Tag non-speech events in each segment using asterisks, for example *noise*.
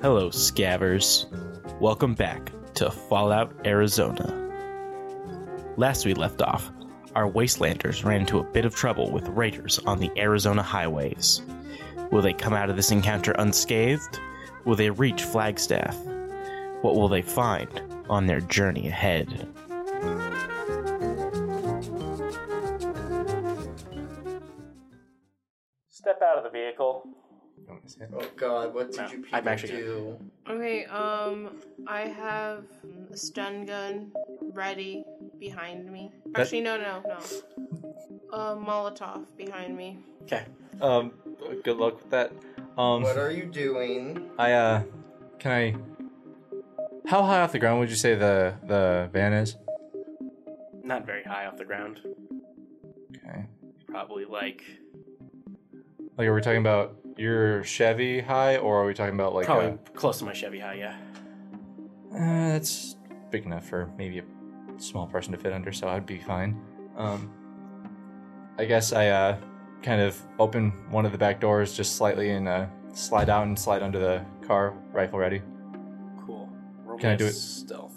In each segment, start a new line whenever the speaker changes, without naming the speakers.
Hello, scavers. Welcome back to Fallout Arizona. Last we left off, our wastelanders ran into a bit of trouble with raiders on the Arizona highways. Will they come out of this encounter unscathed? Will they reach Flagstaff? What will they find on their journey ahead?
Step out of the vehicle.
Oh god, what did
No,
you people
I'm actually good.
do?
Okay, um, I have a stun gun ready behind me.
That-
Actually, no, no, no. A Molotov behind me.
Okay. Um, good luck with that. Um,
What are you doing?
I uh can I How high off the ground would you say the the van is?
not very high off the ground.
Okay.
Probably like
Like are we talking about your Chevy high or are we talking about like
probably
uh,
close to my Chevy high. Yeah.
uh, that's big enough for maybe a small person to fit under, so I'd be fine. Um I guess I uh kind of open one of the back doors just slightly and uh slide out and slide under the car, rifle ready.
Cool. Roll
Can I
me a
do it?
Stealth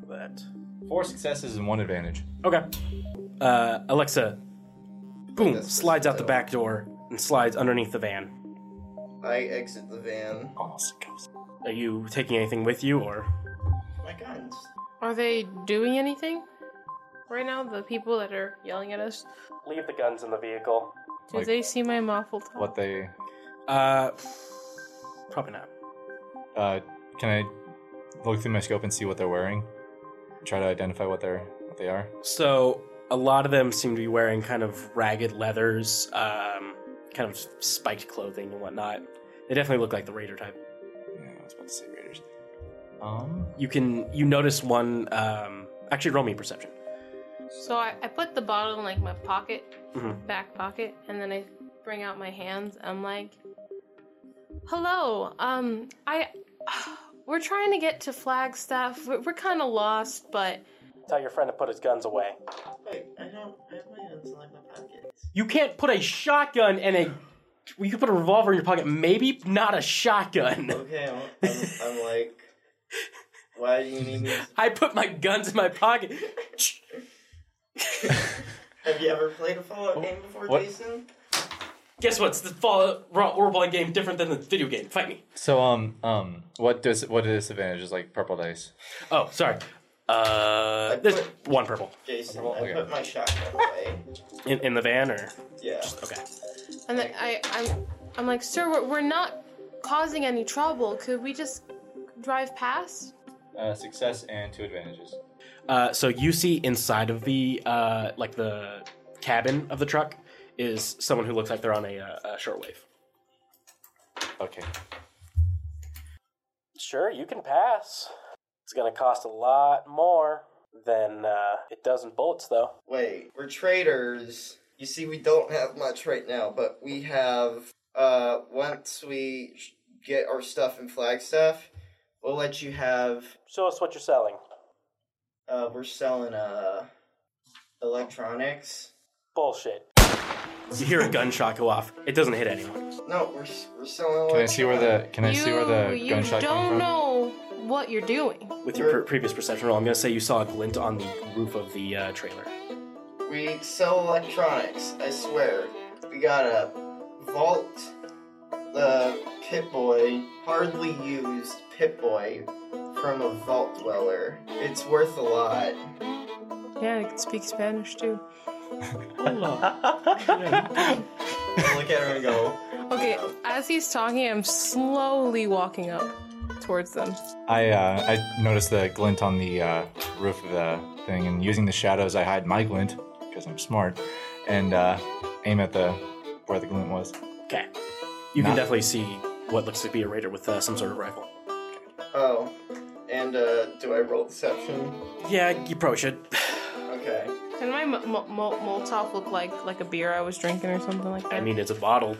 for that.
Four successes and one advantage.
Okay. Uh, Alexa, boom,
that's-
slides out the back door and slides underneath the van.
I exit the van.
Are you taking anything with you, or
My guns.
Are they doing anything right now? The people that are yelling at us.
leave the guns in the vehicle?
Do
Like-
they see my Molotov?
What they
Uh, probably not.
Uh, can I look through my scope and see what they're wearing? Try to identify what they're what they are.
So a lot of them seem to be wearing kind of ragged leathers, um, kind of spiked clothing and whatnot. They definitely look like the raider type.
Yeah, I was about to say raiders. Um,
You can you notice one. Um, actually, roll me perception.
So I, I put the bottle in like my pocket,
Mm-hmm.
Mhm.
back pocket, and then I bring out my hands. I'm like, "Hello, um, I, *sighs* we're trying to get to Flagstaff. We're, we're kind of lost, but
Tell your friend to put his guns away.
Wait, I don't I have my guns in like my pockets.
You can't put a shotgun in a. Well, you could put a revolver in your pocket, maybe not a shotgun.
Okay, I'm, I'm, I'm like why do you need me to-
I put my guns in my pocket.
Have you ever played a Fallout game before,
what?
Jason?
Guess what's the Fallout role playing game different than the video game? Fight me.
so um um, what does what are the disadvantages like purple dice?
Oh, sorry. Uh, there's
put-
one purple
Jason,
okay.
I put my shotgun away.
in, in the van, or
Yeah.
okay.
and then I, I'm, I'm like, sir, we're, we're not causing any trouble. Could we just drive past?
Uh, success and two advantages.
Uh, so you see inside of the uh, like the cabin of the truck is someone who looks like they're on a, uh, a shortwave.
Okay.
Sure, you can pass. It's gonna cost a lot more than uh, it does in bullets, though.
Wait, we're traders. You see, we don't have much right now, but we have. Uh, once we sh- get our stuff in Flagstaff, we'll let you have.
Show us what you're selling.
Uh, we're selling uh, electronics.
Bullshit. You hear a gunshot go off. It doesn't hit anyone.
No, we're, s- we're selling.
Can I see where the Can I
you,
see where the
you
gunshot
don't
came from?
know what you're doing.
With your pre- previous perception roll, I'm going to say you saw a glint on the roof of the uh, trailer.
We sell electronics, I swear. We got a Vault, the Pit Boy, hardly used Pit Boy from a Vault Dweller. It's worth a lot.
Yeah, I can speak Spanish too.
I *laughs* Look at her and go,
Okay, as he's talking, I'm slowly walking up towards them.
I uh, I noticed the glint on the uh, roof of the thing, and using the shadows, I hide my glint because I'm smart, and uh, aim at the where the glint was.
Okay. You
Nah.
can definitely see what looks to be a raider with uh, some sort of rifle.
oh, and uh, do I roll deception?
Yeah, you probably should.
Okay.
Did my mo- mo- mo- Molotov look like like a beer I was drinking or something like that?
I mean, it's a bottle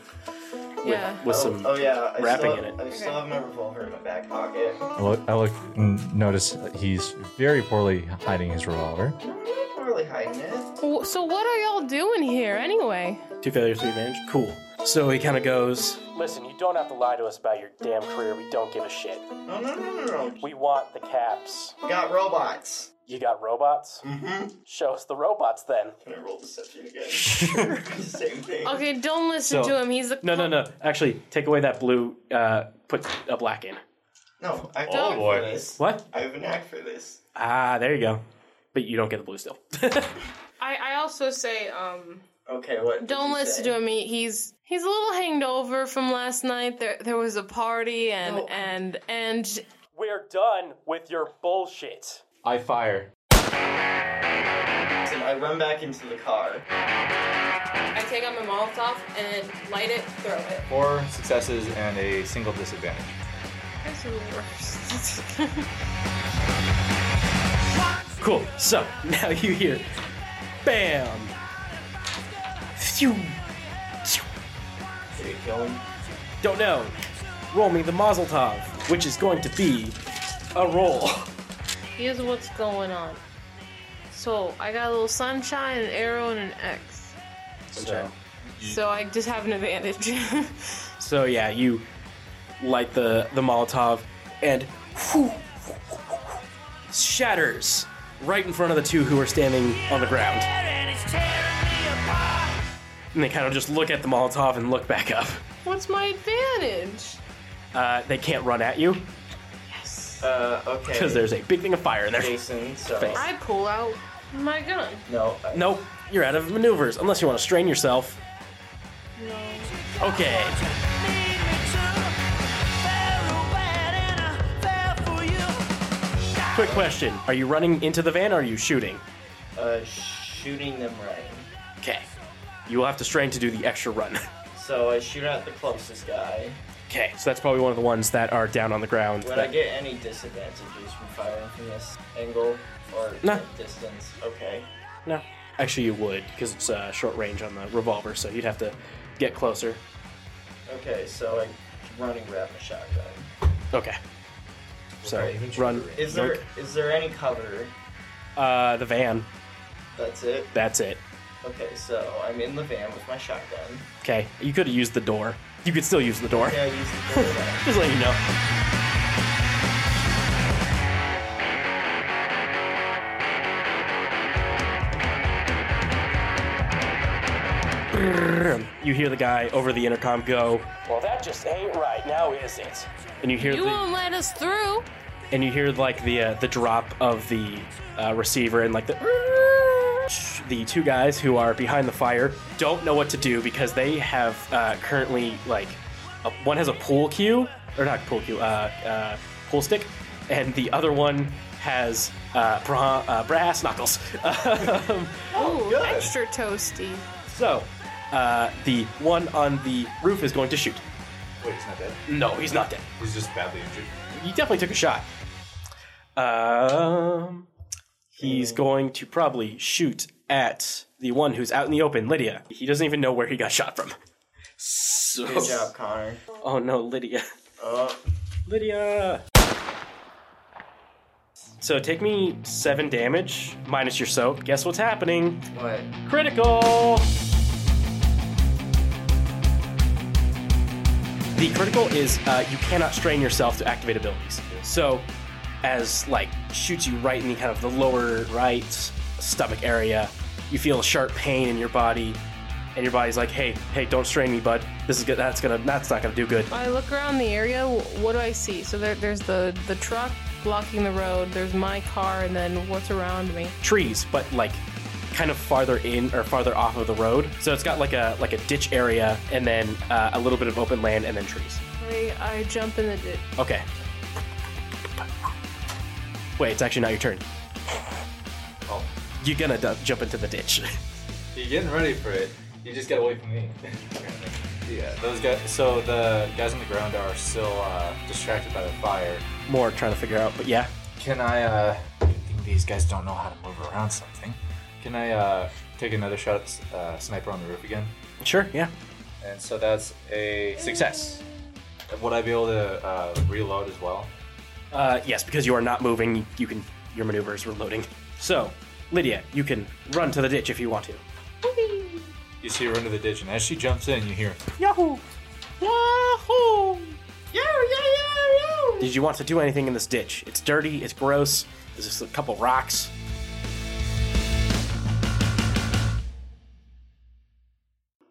yeah.
with
oh,
some
oh, yeah, I
wrapping
still,
in it.
I still have my revolver in my back pocket.
I look, I look and notice he's very poorly hiding his revolver.
I'm not really hiding it.
W- So what are y'all doing here anyway?
Two failures, three advantage. Cool. So he kind of goes, Listen, you don't have to lie to us about your damn career. We don't give a shit.
Oh, No, no, no, no, no.
We want the caps.
Got robots.
You got robots?
Mm-hmm.
Show us the robots then.
Can I roll deception again? *laughs* Same thing.
Okay, don't listen
So-
to him. He's a
No, no, no. Actually, take away that blue, uh, put a black in.
No, I have
Oh,
oh, boy.
boy.
for this.
What?
I have a knack for this.
Ah, there you go. But you don't get the blue still. *laughs*
I, I also say, um,
Okay, what? did
don't
you
listen
say?
to him. He- He's he's a little hanged over from last night. There there was a party and
Oh.
and and
We're done with your bullshit.
I fire.
Listen, I run back into the car.
I take out my Molotov and light it, throw it.
Four successes and a single disadvantage.
That's the worst.
Cool. So now you hear, bam, phew, phew.
Did it kill him?
Don't know. Roll me the Mazel Tov, which is going to be a roll.
*laughs* Here's what's going on. So I got a little sunshine, an arrow, and an X.
So,
So I just have an advantage. *laughs*
so yeah, you light the the Molotov, and whew, shatters right in front of the two who are standing on the ground. And they kind of just look at the Molotov and look back up.
what's my advantage?
Uh, they can't run at you
Uh, okay.
because there's a big thing of fire in there.
Jason, so.
Face.
I pull out my gun.
No. I-
Nope, you're out of maneuvers unless you want to strain yourself. No. Okay. Quick question: Are you running into the van? or Are you shooting?
Uh, shooting them right.
Okay. You will have to strain to do the extra run.
So I shoot at the closest guy.
okay, so that's probably one of the ones that are down on the ground.
Would I
that-
get any disadvantages from firing from this angle or
No.
distance? Okay.
No. Actually, you would because it's uh, short range on the revolver, so you'd have to get closer.
Okay, so I running grab my shotgun.
Okay. So
Okay, even
run.
Is there is there any cover?
Uh, the van.
That's it.
That's it.
Okay, so I'm in the van with my shotgun.
Okay. You could have used the door. You could still use the door.
Yeah, I use the door. then.
Just let you know. You hear the guy over the intercom go, "Well, that just ain't right, now is it?" And you hear
You
the
won't let us through.
and you hear like the uh, the drop of the uh, receiver and like the the two guys who are behind the fire don't know what to do because they have uh, currently like a, one has a pool cue or not pool cue uh, uh, pool stick and the other one has uh, bra- uh, brass knuckles *laughs* Um,
Oh,
Ooh, extra toasty.
so uh, the one on the roof is going to shoot
Wait, he's not dead.
no he's not dead
He's just badly injured.
he definitely took a shot. Um, he's going to probably shoot at the one who's out in the open, Lydia. He doesn't even know where he got shot from. So,
Good job, Connor.
oh no, Lydia,
Oh,
Lydia. So take me seven damage minus your soap. Guess what's happening?
what?
Critical. the critical is uh, you cannot strain yourself to activate abilities. So, as like shoots you right in the kind of the lower right stomach area, you feel a sharp pain in your body, and your body's like, "Hey, hey, don't strain me, bud. This is good. That's gonna that's not gonna do good."
I look around the area. wh- What do I see? So there, there's the the truck blocking the road. There's my car, and then what's around me?
trees, but like kind of farther in or farther off of the road. So it's got like a like a ditch area and then uh, a little bit of open land and then trees.
I, I jump in the ditch.
Okay. Wait, it's actually not your turn.
Oh,
You're gonna du- jump into the ditch. *laughs*
you're getting ready for it. You just got away from me. *laughs* yeah, those guys. So the guys on the ground are still uh, distracted by the fire.
More trying to figure out, but yeah.
Can I? uh I think these guys don't know how to move around something. Can I uh, take another shot at s- uh, sniper on the roof again?
Sure, yeah.
And so that's a success. Would I be able to uh, reload as well?
Uh, yes, because you are not moving, you can your maneuvers were loading. So, Lydia, you can run to the ditch if you want to.
You see her into the ditch, and as she jumps in, you hear.
Yahoo! Yahoo! Yeah, yeah, yeah, yeah! Did you want to do anything in this ditch? It's dirty, it's gross, there's just a couple rocks.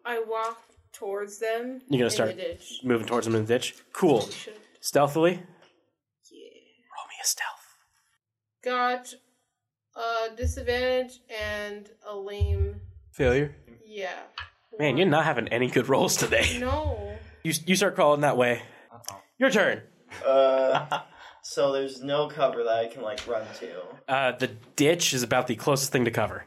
I walk towards them.
You're
in
gonna
the
start
ditch.
moving towards them in the ditch? Cool. Stealthily? Yeah. Roll me a stealth.
Got a disadvantage and a lame.
Failure.
Yeah.
Man, you're not having any good rolls today.
No.
*laughs* You, you start crawling that way. Your turn.
Uh, *laughs* so there's no cover that I can like run to,
Uh, the ditch is about the closest thing to cover.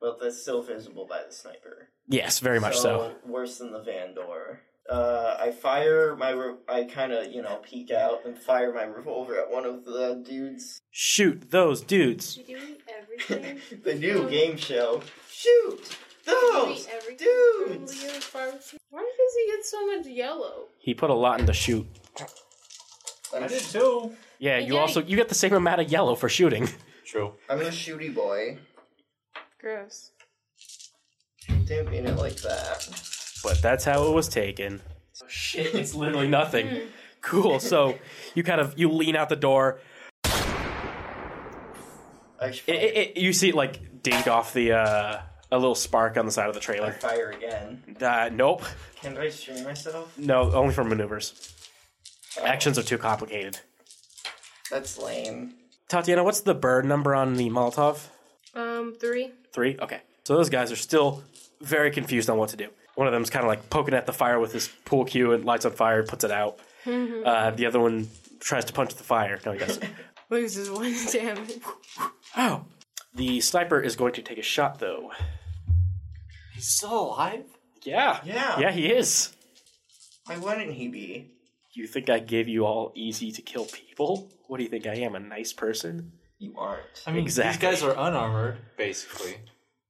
but that's still visible by the sniper.
Yes, very much so.
Worse than the van door. Uh, I fire my. Re- I kind of you know peek out and fire my revolver at one of the dudes.
Shoot those dudes.
Doing everything.
The new game show. Shoot those dudes.
Why does he get so much yellow?
He put a lot into shoot.
I'm, sh-
too.
Yeah, you also you get the same amount of yellow for shooting. *laughs*
True.
I'm a shooty boy.
Gross.
Don't mean it like that.
But that's how it was taken. Shit, it's literally nothing. cool. So you kind of you lean out the door.
I should
It, it, it, you see it like dink off the uh, a little spark on the side of the trailer.
fire again.
Uh, nope.
Can I stream myself?
No, only for maneuvers. Actions are too complicated.
That's lame.
Tatiana, what's the bird number on the Molotov?
Um, three.
Three? Okay. So those guys are still very confused on what to do. One of them's kind of like poking at the fire with his pool cue and lights on fire, puts it out. Uh, the other one tries to punch the fire. No, he doesn't.
Loses one *laughs* damage.
oh. The sniper is going to take a shot, though.
He's still alive.
Yeah.
Yeah.
Yeah, he is.
Why wouldn't he be?
You think I give you all easy to kill people? What do you think I am, a nice person?
You aren't.
I mean,
Exactly.
these guys are unarmored, basically.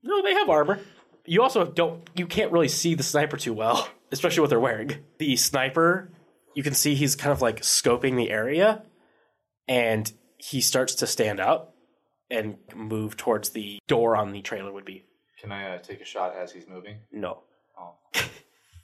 No, they have armor. You also don't. You can't really see the sniper too well, *laughs* especially what they're wearing. The sniper, you can see he's kind of like scoping the area, and he starts to stand up and move towards the door on the trailer. Would be
Can I uh, take a shot as he's moving?
no,
Oh,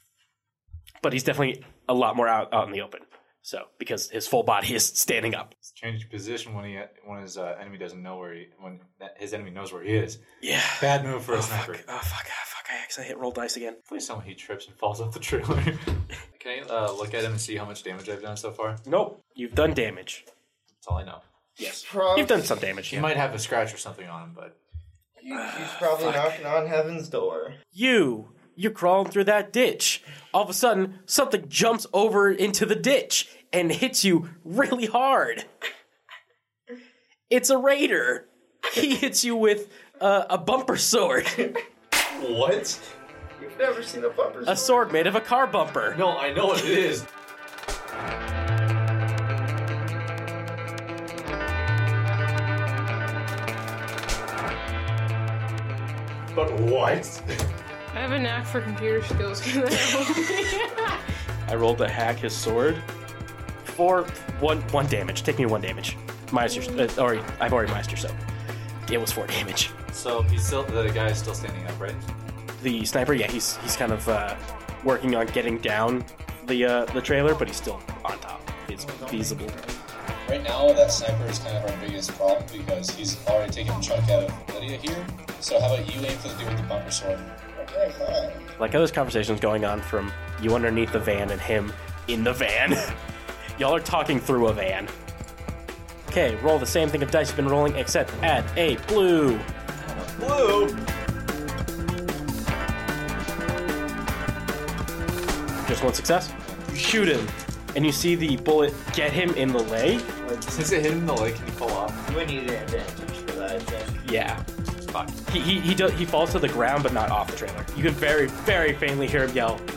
*laughs* but he's definitely a lot more out, out in the open. So because his full body is standing up.
he's changed position when he when his uh, enemy doesn't know where he when that, his enemy knows where he is.
Yeah.
Bad move for a sniper.
Oh fuck! Oh, fuck! I actually hit roll dice again.
Please tell me he trips and falls off the trailer. *laughs* Can I uh, look at him and see how much damage I've done so far?
Nope. You've done damage.
That's all I know.
Yes.
Prob-
You've done some damage.
He might have a scratch or something on him, but
He- He's probably
Ah,
knocking on heaven's door.
you you're crawling through that ditch all of a sudden something jumps over into the ditch and hits you really hard it's a raider he hits you with uh, a bumper sword
what?
You've never seen a bumper
a sword made of a car bumper
No, I know what it is. But what?
I have a knack for computer skills. *laughs*
i rolled to hack his sword for one one damage take me one damage minus your uh, already, i've already minus your soap it was four damage
So he's still the guy is still standing up, right?
the sniper yeah he's he's kind of uh, working on getting down the uh, the trailer, but he's still on top. He's feasible.
Right now, that sniper is kind of our biggest problem because he's already taken a chunk out of Lydia here. So how about you aim for the dude with the bumper sword? Okay, fine.
Like how there's conversations going on from you underneath the van and him in the van. *laughs* Y'all are talking through a van. Okay, roll the same thing of dice you've been rolling, except add a blue.
Blue.
Just one success. You shoot him, and you see the bullet get him in the leg.
Since it hit him in the leg, can you pull off?
You would need an advantage for that, I think.
Yeah. Fuck. He he he, do, he falls to the ground, but not off the trailer. You can very very faintly hear him yell,
Did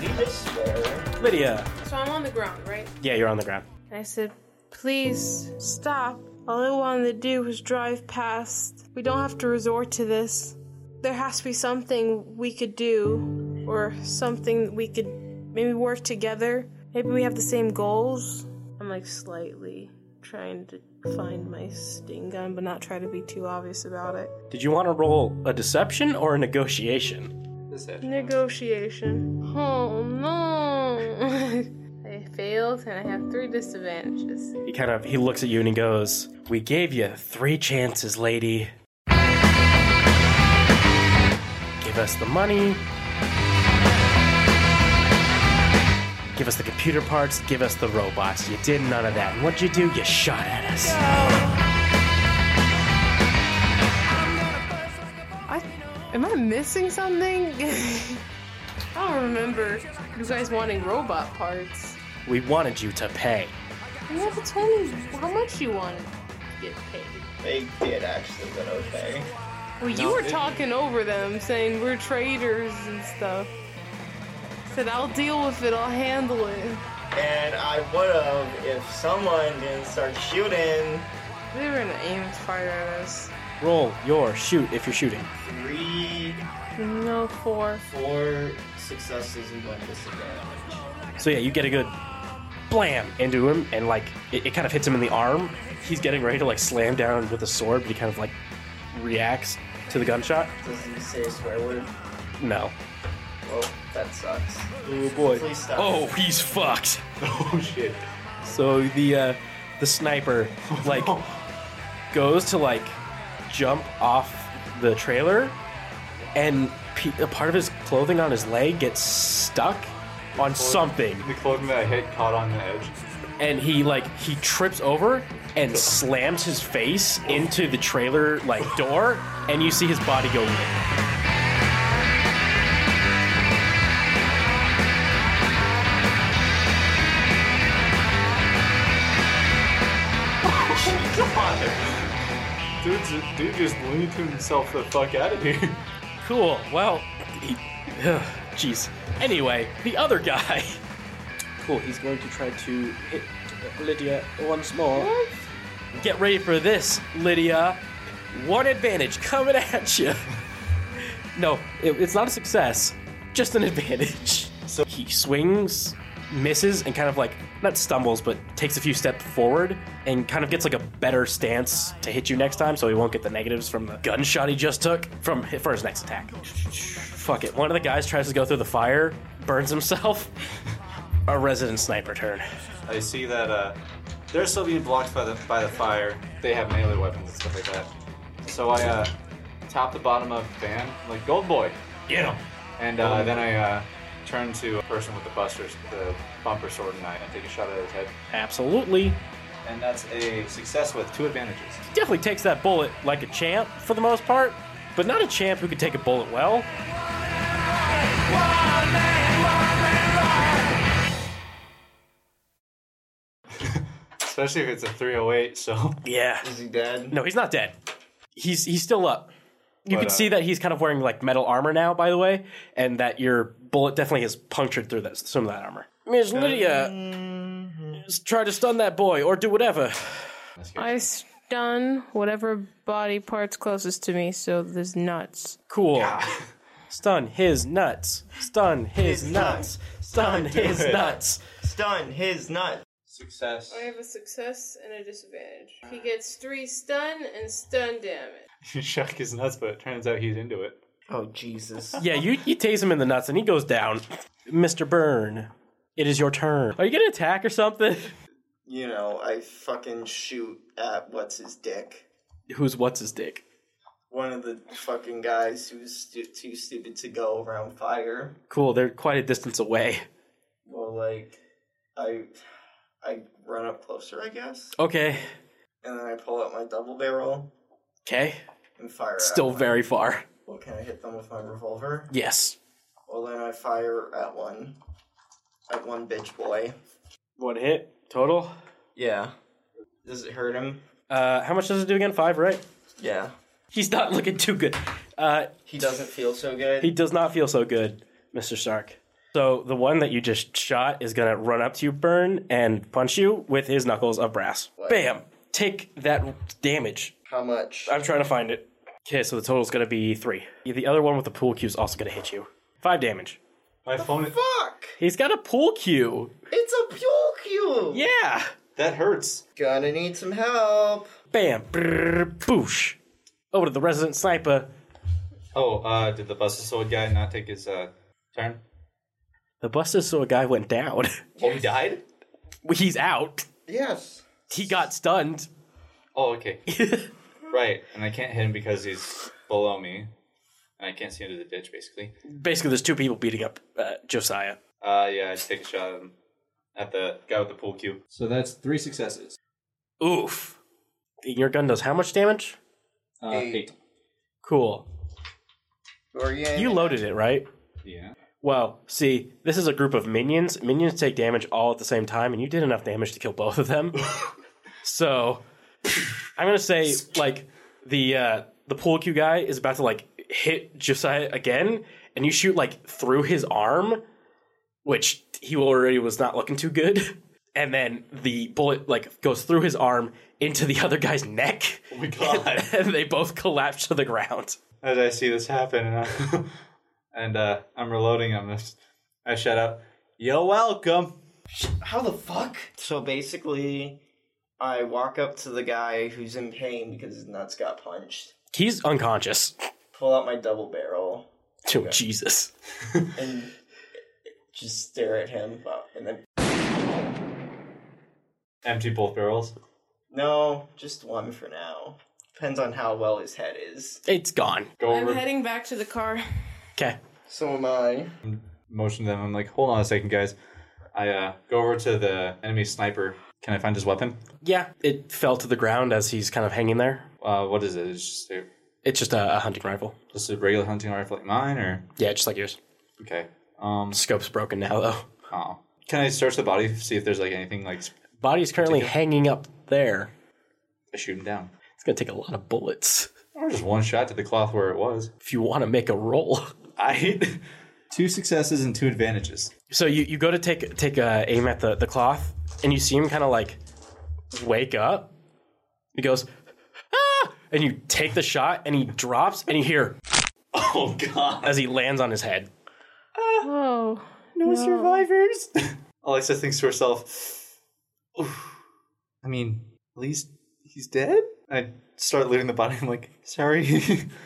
he just swear?
"Lydia!"
So I'm on the ground, right?
Yeah, you're on the ground.
And I said, please stop. All I wanted to do was drive past. We don't have to resort to this. There has to be something we could do, or something that we could maybe work together. Maybe we have the same goals. I'm like slightly trying to find my sting gun, but not try to be too obvious about it.
Did you want to roll a deception or a negotiation?
Negotiation. Oh no! *laughs* I failed and I have three disadvantages.
He kind of he looks at you and he goes, "We gave you three chances, lady. Give us the money. Give us the computer parts. Give us the robots. You did none of that. And what'd you do? You shot at us."
I, am I missing something? *laughs* I don't remember you guys wanting robot parts.
We wanted you to pay.
You never told me how much you wanted to get paid.
They did actually, but okay.
Well, you were talking over them, saying we're traitors and stuff. Said I'll deal with it, I'll handle it.
And I would have if someone didn't start shooting.
They were gonna aim and fire at us.
Roll your shoot if you're shooting.
Three,
No four.
four successes and one disadvantage.
So yeah, you get a good blam into him, and like it, it kind of hits him in the arm. He's getting ready to like slam down with a sword, but he kind of like reacts to the gunshot.
Does he say a swear word?
No.
Well, that sucks.
Oh boy.
Please stop.
Oh, he's fucked.
*laughs* Oh shit.
So the uh,
*laughs*
the sniper like goes to like jump off the trailer, and pe- a part of his clothing on his leg gets stuck on something,
The clothing that I hit caught on the edge.
and he like he trips over and slams his face into the trailer like door, and you see his body go limp.
Dude, ju- dude just Looney Tune himself the fuck out of here.
Cool. Well, *clears throat* he, ugh, jeez. Anyway, the other guy. *laughs* Cool. He's going to try to hit Lydia once more. Get ready for this, Lydia. One advantage coming at you. *laughs* No, it- it's not a success. Just an advantage. So he swings, misses, and kind of like not stumbles, but takes a few steps forward and kind of gets like a better stance to hit you next time, so he won't get the negatives from the gunshot he just took from for his next attack. Fuck it. One of the guys tries to go through the fire, burns himself. *laughs* A resident sniper turn.
I see that uh, they're still being blocked by the by the fire. They have melee weapons and stuff like that. So I uh, top the bottom of the van like Gold Boy, get him. And uh, then I uh, turn to a person with the busters, the bumper sword, and I and take a shot at his head.
Absolutely.
And that's a success with two advantages.
Definitely takes that bullet like a champ for the most part, but not a champ who could take a bullet well.
Especially if it's a 308. So
Yeah.
Is he dead?
No, he's not dead. He's he's still up. You
But,
can
uh,
see that he's kind of wearing like metal armor now, by the way, and that your bullet definitely has punctured through that, some of that armor. Miss Lydia, just try to stun that boy or do whatever.
I stun whatever body part's closest to me, so there's nuts.
Cool. Stun his nuts. Stun his,
His
nuts. Stun his nuts.
Stun his nut.
*laughs* success.
I have a success and a disadvantage. He gets three stun and stun damage.
You shock his nuts, but it turns out he's into it.
Oh Jesus!
Yeah, you, you tase him in the nuts and he goes down. Mr. Byrne, it is your turn. Are you going to attack or something?
You know, I fucking shoot at what's his dick.
Who's what's his dick?
One of the fucking guys who's stu- too stupid to go around fire.
Cool, they're quite a distance away.
Well, like, I, I run up closer, I guess,
Okay,
and then I pull out my double barrel
okay.
and fire. at
Still
one.
very far.
Well, can I hit them with my revolver?
Yes.
Well, then I fire at one, at one bitch boy.
One hit total.
Yeah. Does it hurt him?
Uh, how much does it do again? Five, right?
Yeah.
He's not looking too good. Uh,
He doesn't feel so good.
he does not feel so good, Mr. Stark. So the one that you just shot is gonna run up to you, burn, and punch you with his knuckles of brass. Bam! Take that damage.
How much?
I'm trying to find it. Okay, so the total's gonna be three. The other one with the pool cue is also gonna hit you. Five damage.
My phone.
Fuck!
He's got a pool cue.
It's a pure cube.
Yeah.
That hurts.
Gonna need some help.
Bam. Brrr, boosh. Over to the resident sniper.
Oh, uh, did the busted sword guy not take his uh, turn?
The buster saw a guy went down. *laughs*
Oh, he died.
He's out.
Yes.
He got stunned. *laughs*
Oh, okay. right, and I can't hit him because he's below me, and I can't see into the ditch. Basically,
Basically, there's two people beating up uh, Josiah.
uh, yeah, I take a shot at him at the guy with the pool cue. So that's three successes.
Oof. Your gun does how much damage?
Uh,
Eight.
Cool.
Who are you? aiming
You
at?
loaded it, right?
Yeah.
Well, see, this is a group of minions. Minions take damage all at the same time, and you did enough damage to kill both
*laughs*
of them. so, I'm gonna say like the uh, the pool cue guy is about to like hit Josiah again, and you shoot like through his arm, which he already was not looking too good. *laughs* And then the bullet like goes through his arm into the other guy's neck,
Oh my god.
*laughs* and they both collapse to the ground.
As I see this happen, and, I, *laughs* and uh, I'm reloading on this, I shout out, "You're welcome."
How the fuck? So basically, I walk up to the guy who's in pain because his nuts got punched.
He's unconscious.
Pull out my double barrel
Oh, Jesus.
and just stare at him, uh, and then
Empty both barrels.
no, just one for now. Depends on how well his head is.
It's gone.
Go
I'm
over,
heading back to the *laughs* car.
Okay.
So am I.
motion to them. I'm like, "Hold on a second, guys." I uh, go over to the enemy sniper. Can I find his weapon?
Yeah, it fell to the ground as he's kind of hanging there.
Uh, what is it? It's just a,
It's just a, a hunting rifle.
just a regular hunting rifle like mine, or
Yeah, just like yours.
okay. Um,
Scope's broken now, though.
oh. can I search the body see if there's like anything like sp-
Body's currently hanging up there.
I shoot him down,
It's going to take a lot of bullets
or just one shot to the cloth where it was?
if you want to make a roll. *laughs*
I *laughs* two successes and two advantages.
So you, you go to take take a aim at the, the cloth, and you see him kind of like wake up. He goes, ah! And you take the shot, and he drops, and you hear
Oh God.
as he lands on his head.
Oh.
No, survivors. *laughs* Alexa thinks to herself, "Oof. I mean, at least he's dead? I start looting the body. I'm like, sorry. *laughs*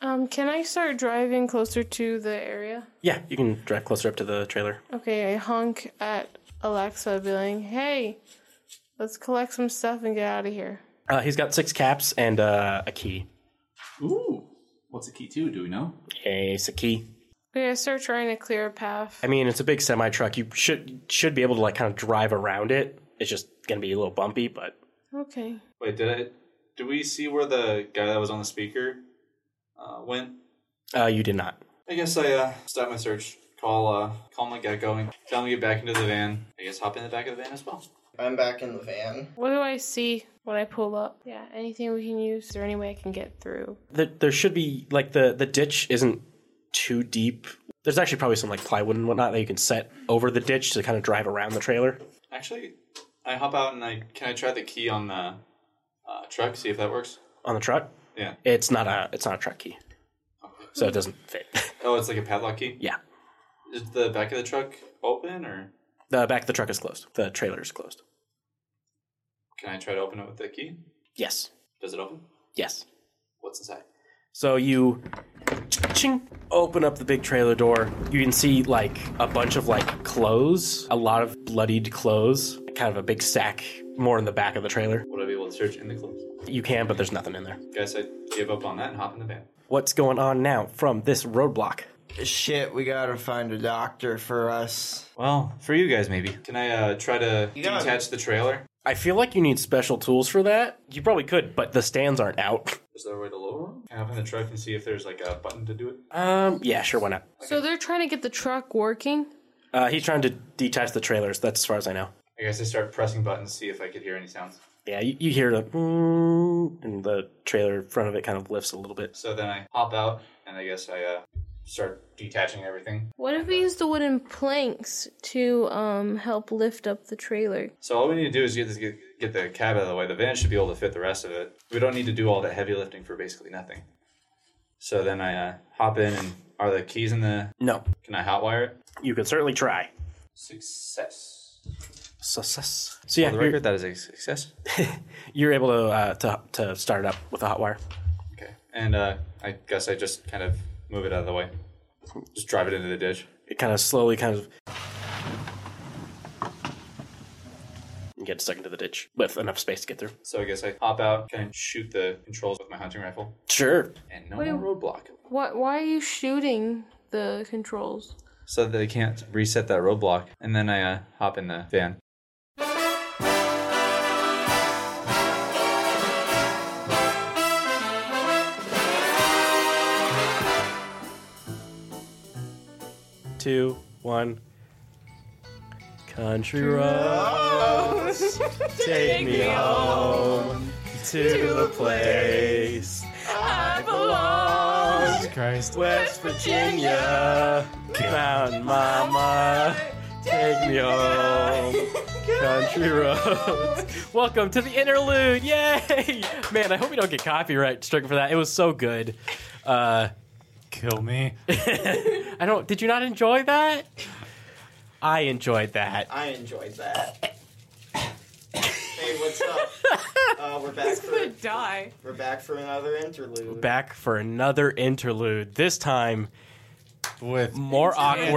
Um, can I start driving closer to the area?
Yeah, you can drive closer up to the trailer.
Okay, I honk at Alexa, be like, hey, let's collect some stuff and get out of here.
Uh, he's got six caps and uh, a key.
Ooh. What's a key to? Do we know?
It's a key.
Okay, I start trying to clear a path.
I mean, it's a big semi truck. You should should be able to like kind of drive around it. It's just gonna be a little bumpy, but
Okay.
Wait, did I? Do we see where the guy that was on the speaker uh, went?
uh, you did not.
I guess I uh, stop my search. Call uh, call my guy going. Tell him to get back into the van. I guess hop in the back of the van as well.
I'm back in the van.
What do I see when I pull up? Yeah, anything we can use? Is there any way I can get through?
There, there should be like the the ditch isn't too deep. There's actually probably some like plywood and whatnot that you can set over the ditch to kind of drive around the trailer.
Actually, I hop out and I can I try the key on the uh, truck. See if that works.
On the truck,
Yeah.
it's not a it's not a truck key, so it doesn't fit. *laughs*
Oh, it's like a padlock key.
yeah,
Is the back of the truck open, or
the back of the truck is closed. The trailer is closed.
can I try to open it with the key?
Yes,
Does it open?
yes.
What's inside?
So you Ching. Open up the big trailer door. You can see like a bunch of like clothes, a lot of bloodied clothes, kind of a big sack more in the back of the trailer.
Would I be able to search in the clothes?
You can, but there's nothing in there.
Guess I give up on that and hop in the van.
What's going on now from this roadblock?
Shit, we gotta find a doctor for us.
Well, for you guys, maybe.
Can I uh, try to
got it.
detach the trailer?
I feel like you need special tools for that. You probably could, but the stands aren't out.
Is there a way to lower them? Can I hop in the truck and see if there's like a button to do it?
Um, yeah, sure, why not?
So they're trying to get the truck working.
Uh, he's trying to detach the trailers. That's as far as I know.
I guess I start pressing buttons to see if I could hear any sounds.
Yeah, you, you hear the mm, and the trailer in front of it kind of lifts a little bit.
So then I hop out and I guess I uh, start detaching everything.
What if we use the wooden planks to um help lift up the trailer?
So all we need to do is get, this, get get the cab out of the way. The van should be able to fit the rest of it. We don't need to do all that heavy lifting for basically nothing. So then I uh, hop in and are the keys in the?
No,
Can I hotwire it?
you could certainly try.
Success.
Success. So yeah,
For the
you're,
record, that is a success.
you're able to, uh, to to start it up with a hot wire.
Okay. And uh, I guess I just kind of move it out of the way. Just drive it into the ditch.
It kind of slowly kind of and get stuck into the ditch with enough space to get through.
So I guess I hop out, kind of shoot the controls with my hunting rifle,
Sure.
and no more roadblock.
What? Why are you shooting the controls?
So they can't reset that roadblock.
And then I uh, hop in the van.
Two, one. Country roads, *laughs* take me home to the place I belong.
Christ.
West Virginia, Mountain Mama, take me home. Country roads. Welcome to the interlude. Yay! Man, I hope we don't get copyright stricken for that. It was so good. Uh,
Kill me.
I don't. Did you not enjoy that? I enjoyed that.
I enjoyed that. hey, what's *laughs* up? Uh, we're back for
Could die.
we're back for another interlude.
Back for another interlude. This time
With
more
answer,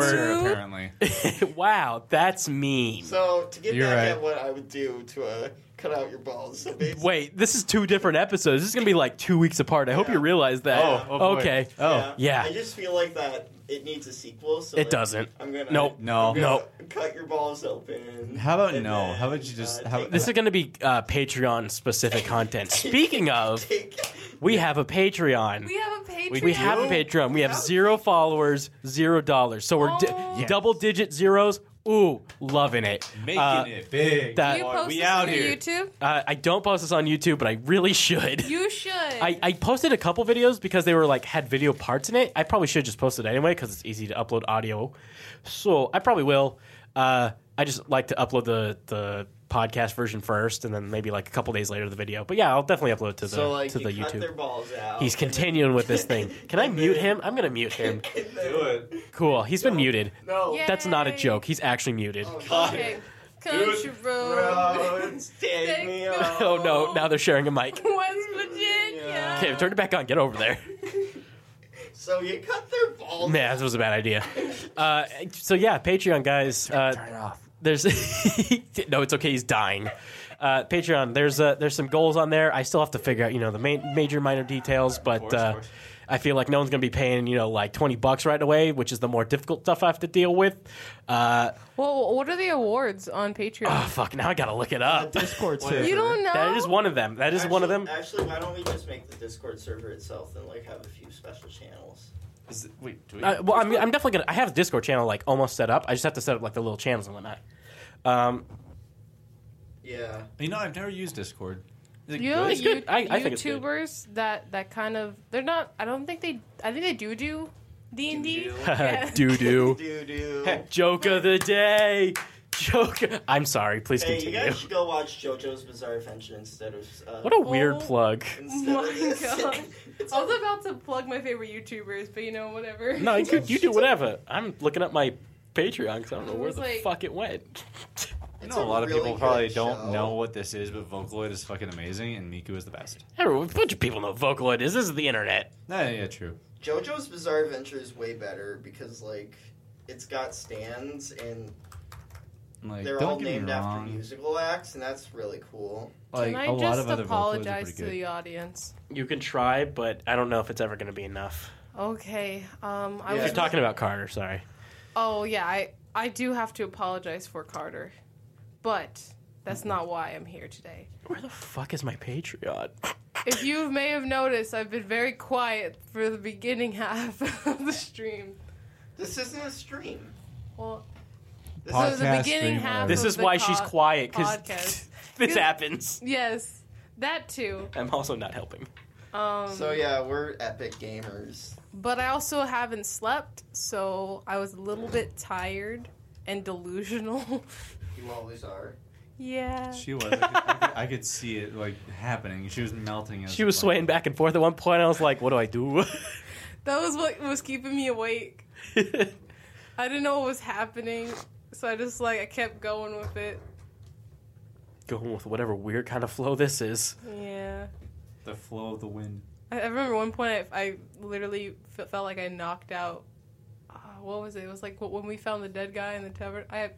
*laughs*
awkward.
apparently.
*laughs* wow, that's mean.
So to get
You're
back
right.
at what I would do to uh, cut out your balls. basically-
Wait, this is two different episodes. This is gonna be like two weeks apart. I hope you realize that.
Oh, oh boy.
okay.
Oh.
yeah.
I just feel like that it needs a sequel. So
It
like,
doesn't.
I'm gonna
Nope.
No.
I'm gonna
No.
Cut your balls open.
How about
and
no?
then,
How about you just-
uh,
how-
take-
This is going to be uh, Patreon specific content. Speaking of,
*laughs*
take-
we have a Patreon.
We have a Patreon.
We have a Patreon. We have zero followers, zero dollars. So we're di- double digit zeros. Ooh, loving it.
Making
Uh,
it big.
that-
You post
we
this
out
on your
here.
YouTube?
Uh, I don't post this on YouTube, but I really should.
You should.
I, I posted a couple videos because they were like had video parts in it. I probably should just post it anyway because it's easy to upload audio. So I probably will. Uh, I just like to upload the the podcast version first, and then maybe like a couple days later the video. But yeah, I'll definitely upload it to the
so like
to
you
the
cut
YouTube.
their balls out.
He's continuing with this
*laughs*
thing. Can I mute him? I'm gonna mute him.
and then,
*laughs* Cool. He's been muted.
no. Oh,
Yeah.
That's not a joke. He's actually muted.
okay. Country road.
*laughs* Roads, take me
Take
*laughs*
home.
*laughs* Oh no! Now they're sharing a mic.
West Virginia.
Okay, turn it back on. Get over there. *laughs*
So you cut their balls.
Man, this was a bad idea. Uh, so yeah, Patreon guys. Uh, There's *laughs* no, it's okay. He's dying. Uh, Patreon. There's uh, there's some goals on there. I still have to figure out, you know, the main, major minor details, but uh, I feel like no one's gonna be paying, you know, like twenty bucks right away, which is the more difficult stuff I have to deal with. Uh,
Well, what are the awards on Patreon?
oh fuck! Now I gotta look it up.
Discord
you don't know.
That is one of them. That is one of them.
Actually, why don't we just make the Discord server itself and like have a few special channels?
Wait, do we?
Uh, well, I'm, I'm definitely gonna. I have a Discord channel like almost set up. I just have to set up like the little channels and whatnot. Um,
Yeah.
You know, I've never used Discord. Is it
You know,
It's good.
you-
I- I think it's good.
YouTubers that that kind of they're not. I don't think they. I think they do do D and D. *laughs*
*laughs*
Yeah.
doo
*laughs*
doo.
Do do.
uh, Joke of the day. Joke. I'm sorry. Please
Hey, you
continue.
guys should go watch JoJo's Bizarre Adventure instead of. Uh,
what a weird plug.
instead
my
of *laughs* this.
*laughs*
God.
It's
I
all
was about to plug my favorite YouTubers, but you know, whatever. *laughs*
No, you, could, you do whatever. I'm looking up my Patreon because I don't know where
It's
the
like-
fuck it went.
I know a
a
lot of
really
people probably
good
don't
show.
know what this is, but Vocaloid is fucking amazing, and Miku is the best.
Everyone, a bunch of people know Vocaloid is. This is the internet.
Nah, yeah, true.
JoJo's Bizarre Adventure is way better because like it's got stands and
Like,
they're
don't
all
get me
named after
wrong.
musical acts, and that's really cool.
Like,
Can I
a lot
just
of other vocals are
apologize
pretty
to
good.
the audience?
You can try, but I don't know if it's ever going to be enough.
Okay. Um, I
If
was
You're talking about Carter, sorry.
Oh yeah, I I do have to apologize for Carter, but that's not why I'm here today.
Where the fuck is my Patreon?
If you may have noticed, I've been very quiet for the beginning half *laughs* of the stream.
This isn't a stream.
Well,
This
so
is-
the
Podcast
beginning
stream
half.
only.
This
of
is
the
why she's
co-
quiet, 'cause
podcast.
*laughs* this happens.
Yes, that too.
I'm also not helping.
Um,
so yeah, we're epic gamers.
But I also haven't slept, so I was a little bit tired and delusional. *laughs*
You always are.
yeah.
She was. I could, I, could, I could see it like happening. She was melting. As
She was swaying back and forth. At one point, I was like, what do I do? *laughs*
That was what was keeping me awake. I didn't know what was happening, so I just like I kept going with it.
Going with whatever weird kind of flow this is.
Yeah.
the flow of the wind.
I, I remember one point I, I literally fe- felt like I knocked out. Uh, what was it? It was like wh- when we found the dead guy in the tavern. I have,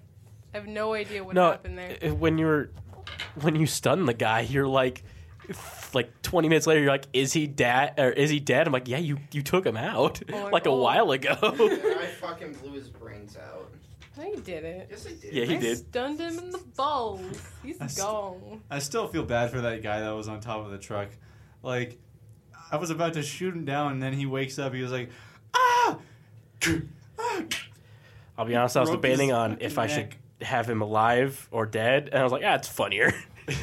I have no idea what
no,
happened there.
i- when you're when you stun the guy, you're like, like 20 minutes later, you're like, is he dead? Or is he dead? I'm like, yeah, you you took him out
Oh,
*laughs* like,
like,
a
oh.
while ago.
And
*laughs*
I fucking blew his brains out.
No, you didn't.
Yes, I did.
Yeah, he
I
did.
stunned him in the balls. He's
I st-
gone.
I still feel bad for that guy that was on top of the truck. Like, I was about to shoot him down, and then he wakes up. He was like, ah.
I'll be honest, I was
broke
debating
his
on
fucking
if I should have him alive or dead, and I was like, ah, it's funnier. *laughs*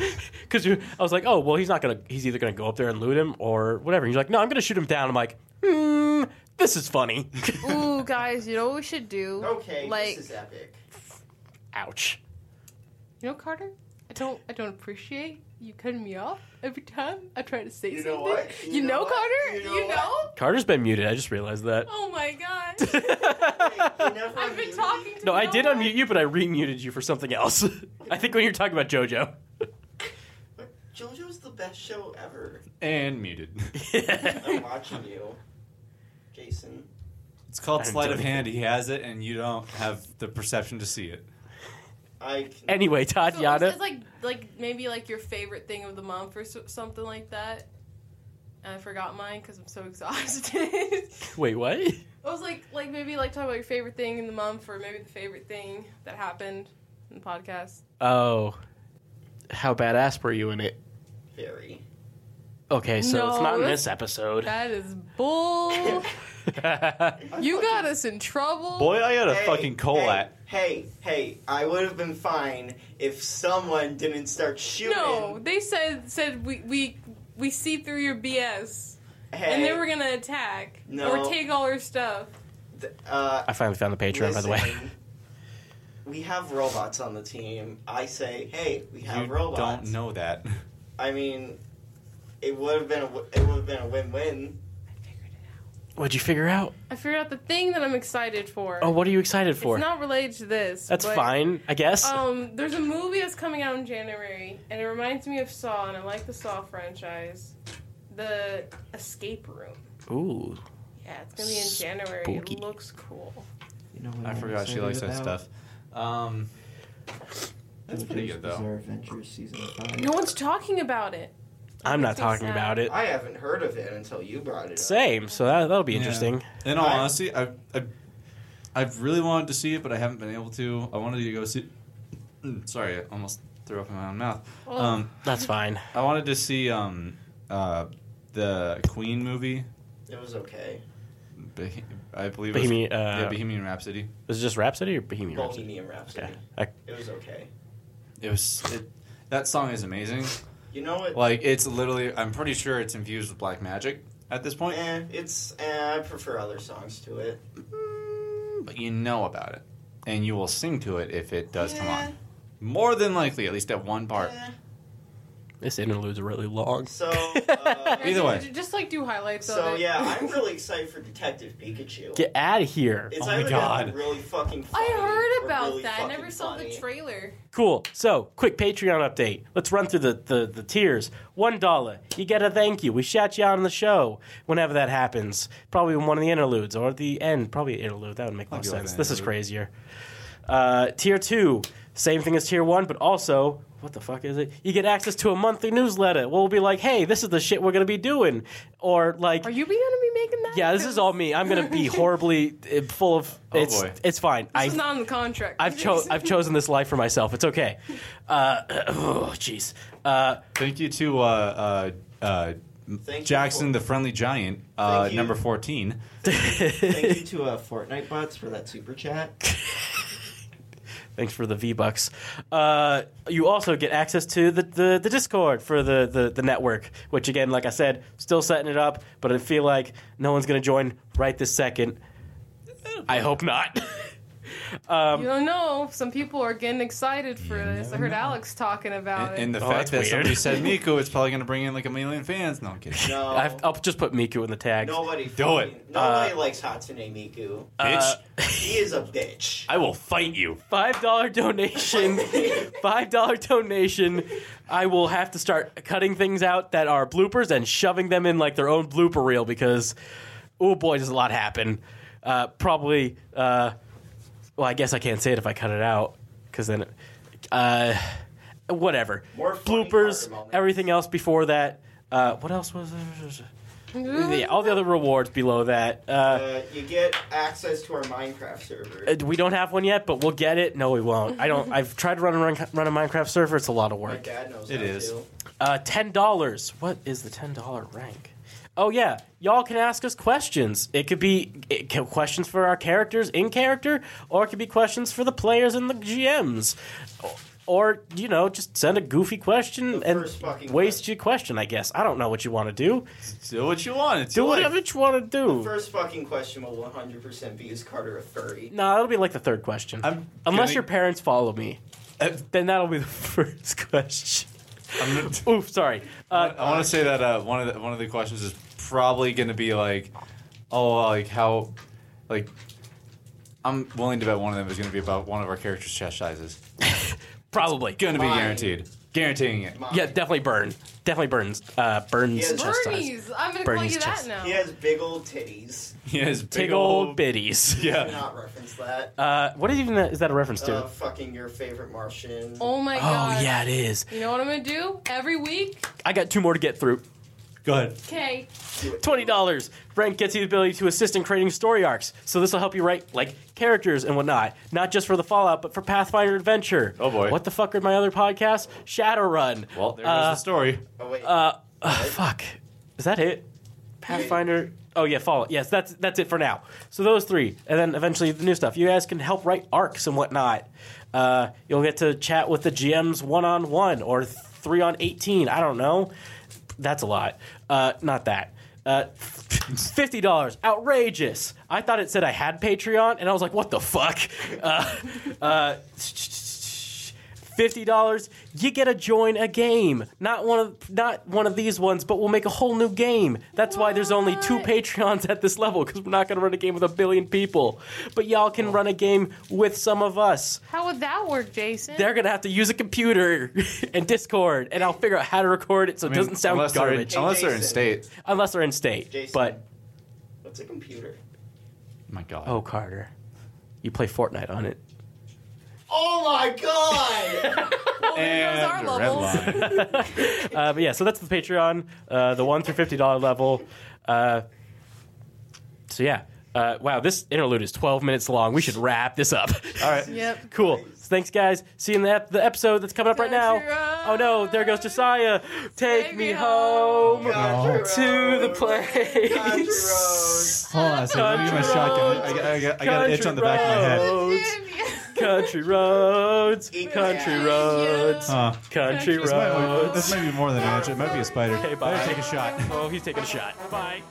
Because I was like, oh, well, he's not gonna. He's either gonna go up there and loot him or whatever. And he's like, no, I'm gonna shoot him down. I'm like, hmm, this is funny. *laughs*
*laughs* Ooh, guys, you know what we should do?
Okay,
Like-
this is epic.
Ouch.
You know, Carter, I don't, I don't appreciate you cutting me off every time I try to say
You know
something.
what?
You,
You know
know,
what?
Carter,
You
you
know
know.
what?
Carter's been muted. I just realized that.
Oh my god! *laughs*
You never
*laughs* I've been
unmuted
talking to.
*laughs* No, I did
one.
unmute you, but I remuted you for something else. *laughs* I think when you're talking about JoJo. *laughs*
But JoJo's the best show ever.
And muted. *laughs*
I'm watching you, Jason.
It's
I
called
didn't
sleight
do
of hand. He has it, and you don't have the perception to see it.
I can.
anyway,
So it was
Tatiana.
just like, like maybe like your favorite thing of the month or so, something like that. And I forgot mine because I'm so *laughs* exhausted.
Wait, what?
I was like, like maybe like talk about your favorite thing in the month, or maybe the favorite thing that happened in the *laughs* podcast.
Oh, how badass were you in it?
Very.
Okay, so it's not in
No,
this episode.
That is bull.
*laughs*
you got us in trouble.
Boy, I got a
Hey,
fucking colat.
Hey, hey, hey, I would have been fine if someone didn't start shooting.
No, they said said we we we see through your BS,
hey,
and they were gonna attack
No.
or take all our stuff.
th- uh,
I finally found the Patreon, by the way.
listen, We have robots on the team. I say, hey, we have
you
robots.
don't know that. *laughs*
I mean, it would have been a, w- it would have been a win-win.
*laughs* What'd you figure out?
I figured out the thing that I'm excited for.
Oh, what are you excited for?
It's not related to this.
That's
but,
fine, I guess.
Um, there's a movie that's coming out in January, and it reminds me of Saw, and I like the Saw franchise. The Escape Room.
Ooh,
Yeah, it's gonna be in January.
Spooky.
It looks cool.
I forgot she likes that stuff. Um, that's pretty good though.
Adventure season five.
No one's talking about it.
I'm not
makes me
talking
sad.
about it.
I haven't heard of it until you brought it up.
Same. So that, that'll be
Yeah.
interesting.
In all
I-
honesty, I, I I really wanted to see it, but I haven't been able to. I wanted to go see. mm, Sorry, I almost threw up in my own mouth.
Oh.
Um,
That's fine.
I wanted to see um, uh, the Queen movie.
It was okay.
Bah- I believe it was-
Bohemian. Uh,
yeah, Bohemian Rhapsody.
Is it just Rhapsody or Bohemian Rhapsody?
Bohemian Rhapsody.
Okay. I,
It was okay.
It was it, that song is amazing.
You know what?
Like it's literally, I'm pretty sure it's infused with black magic at this point.
Eh, it's eh, I prefer other songs to it.
but you know about it, and you will sing to it if it does come on. More than likely, at least at one part.
Eh,
This interlude's really long.
So, uh,
Either way.
Just like do highlights of
So
it.
yeah, I'm really excited for Detective Pikachu.
Get out of here.
It's
Oh my
either gonna be
God.
really fucking. Funny
I heard
or
about
really
that. I
fucking
never saw
funny.
the trailer.
Cool. So, quick Patreon update. Let's run through the, the, the tiers. One dollar. You get a thank you. We shout you out on the show whenever that happens. Probably in one of the interludes or at the end. Probably an interlude. That would make
I'll
more
do like
sense.
an
This is
interlude.
crazier. Uh, tier two. Same thing as tier one, but also. What the fuck is it? You get access to a monthly newsletter. We'll be like, hey, this is the shit we're gonna be doing, or like,
Are you gonna be making that?
yeah, this is all me. I'm gonna
*laughs*
be horribly uh, full of. it's
boy.
it's fine.
This
I
is not in the contract. *laughs*
I've cho- I've chosen this life for myself. It's okay. Uh, *clears throat* oh, jeez. Uh,
Thank you to uh, uh, uh,
Thank you
Jackson,
for-
the friendly giant, uh,
Thank you.
number fourteen.
Thank you to uh, Fortnite bots for that super chat.
Thanks for the V Bucks. Uh, you also get access to the, the, the Discord for the, the, the network, which, again, like I said, still setting it up, but I feel like no one's going to join right this second. I hope not. *laughs* um,
you don't know. Some people are getting excited for this. I heard Alex talking about
And
it.
the
Oh,
fact that
that's
somebody
weird. *laughs*
said Miku, it's probably going to bring in like a million fans. No, I'm kidding.
No,
I've, I'll just put Miku in the tag.
nobody.
Do it.
fucking- Nobody likes Hatsune Miku.
Bitch.
he is a bitch.
I will fight you. Five dollar *laughs* donation. Five dollar donation. I will have to start cutting things out that are bloopers and shoving them in like their own blooper reel because, oh boy, does a lot happen. Uh, probably. Uh, well, I guess I can't say it if I cut it out because then, it, uh, whatever.
More funny
bloopers.
Parker moments.
Everything else before that. Uh, what else was? Yeah, all the other rewards below that. Uh,
Uh, you get access to our Minecraft server.
uh, we don't have one yet, but we'll get it. No, we won't. I don't. I've tried to run, run, run a Minecraft server. It's a lot of
My
work.
dad knows
It
how
is.
to.
Uh, ten dollars. What is the ten dollar rank? Oh yeah, y'all can ask us questions. It could be it can, questions for our characters in character, or it could be questions for the players and the GMs, O- or you know, just send a goofy question
The
and
first fucking
waste your question. I guess I don't know what you want to do.
Do what you want. It's
Do
your
whatever
life.
you want to do.
First fucking question will 100% be is Carter a furry?
No, that'll be like the third question.
I'm
Unless
gonna- Uh,
your parents follow me, then that'll be the *laughs* first question.
I'm gonna-
*laughs* Oof, sorry. Uh,
I want to say that uh, one of the, one of the questions is probably going to be like, oh, like how, like, I'm willing to bet one of them is going to be about one of our characters' chest sizes.
probably.
Going to be
Mine.
guaranteed, guaranteeing it.
Mine.
Yeah, definitely burn. Definitely burns. Uh, burns
Yes.
chest size.
Bernie's. I'm gonna
Bernie's
call you
chest.
that now.
He has big old titties.
He has big,
Big old bitties.
Do
Yeah.
not reference that.
Uh, what is even that, is that a reference to?
Uh, fucking your favorite Martian.
Oh my god.
oh yeah, it is.
You know what I'm gonna do every week?
I got two more to get through.
Go ahead.
Okay.
Twenty dollars. Rank gets you the ability to assist in creating story arcs. So this will help you write like characters and whatnot, not just for the Fallout, but for Pathfinder Adventure.
Oh, boy.
What the fuck are my other podcasts? Shadowrun.
Well, there goes
Uh,
the story.
Oh, wait.
Uh, uh, fuck. Is that it? Pathfinder. Oh yeah, Fallout. Yes, that's that's it for now. So those three, and then eventually the new stuff. You guys can help write arcs and whatnot. Uh, you'll get to chat with the GMs one on one or three on eighteen. I don't know. That's a lot. Uh, not that. Uh, Fifty dollars, outrageous! I thought it said I had Patreon, and I was like, "What the fuck?" Uh, uh, fifty dollars, you get to join a game. Not one of not one of these ones, but we'll make a whole new game. That's why there's only two Patreons at this level because we're not going to run a game with a billion people. But y'all can run a game with some of us.
How would that work, Jason?
They're going to have to use a computer *laughs* and Discord, and I'll figure out how to record it so
I
it
mean,
doesn't sound
unless they're in-
garbage
unless they're in
Jason.
state.
unless they're in state.
Jason.
But
What's a computer?
my God.
oh, Carter, you play Fortnite on it.
Oh my god!
there goes
and
our
red
*laughs* levels.
line.
*laughs* Uh, but yeah, so that's the Patreon, uh, the one through fifty dollar level. Uh, so yeah, uh, wow, this interlude is twelve minutes long. We should wrap this up. *laughs* All right,
Yep.
cool. So thanks, guys. See you in the, ep- the episode that's coming up right now.
Patreon.
Oh no, there goes Josiah. Take
Take
me
me
home
Country
to the
roads. Country
place.
roads.
Hold on a second. Let me get my
Country
shotgun. I,
roads.
I, I, got- I got an itch on the back of my head.
roads. Country roads,
Eat
country
that.
roads,
Huh.
country
This
This might,
roads.
Uh, this might be more than an itch. It might be a spider.
Okay, bye.
Better Take a shot.
Oh, he's taking a shot. Bye.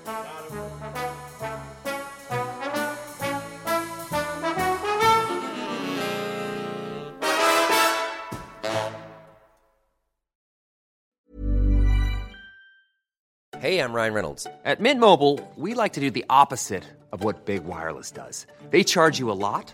Hey, I'm Ryan Reynolds. At Mint Mobile, we like to do the opposite of what Big Wireless does. They charge you a lot,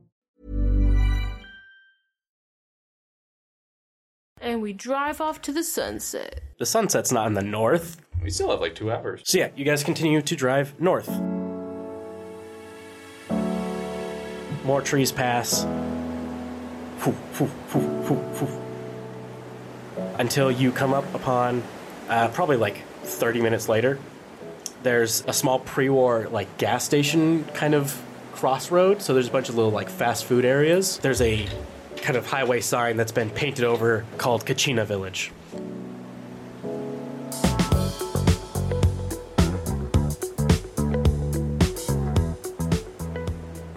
And we drive off to the sunset.
The sunset's not in the north.
We still have like two hours.
So yeah, you guys continue to drive north. More trees pass. Phew, phew, phew, phew, phew. Until you come up upon, uh, probably like 30 minutes later, there's a small pre-war like gas station kind of crossroad. So there's a bunch of little like fast food areas. There's a kind of highway sign that's been painted over called Kachina Village.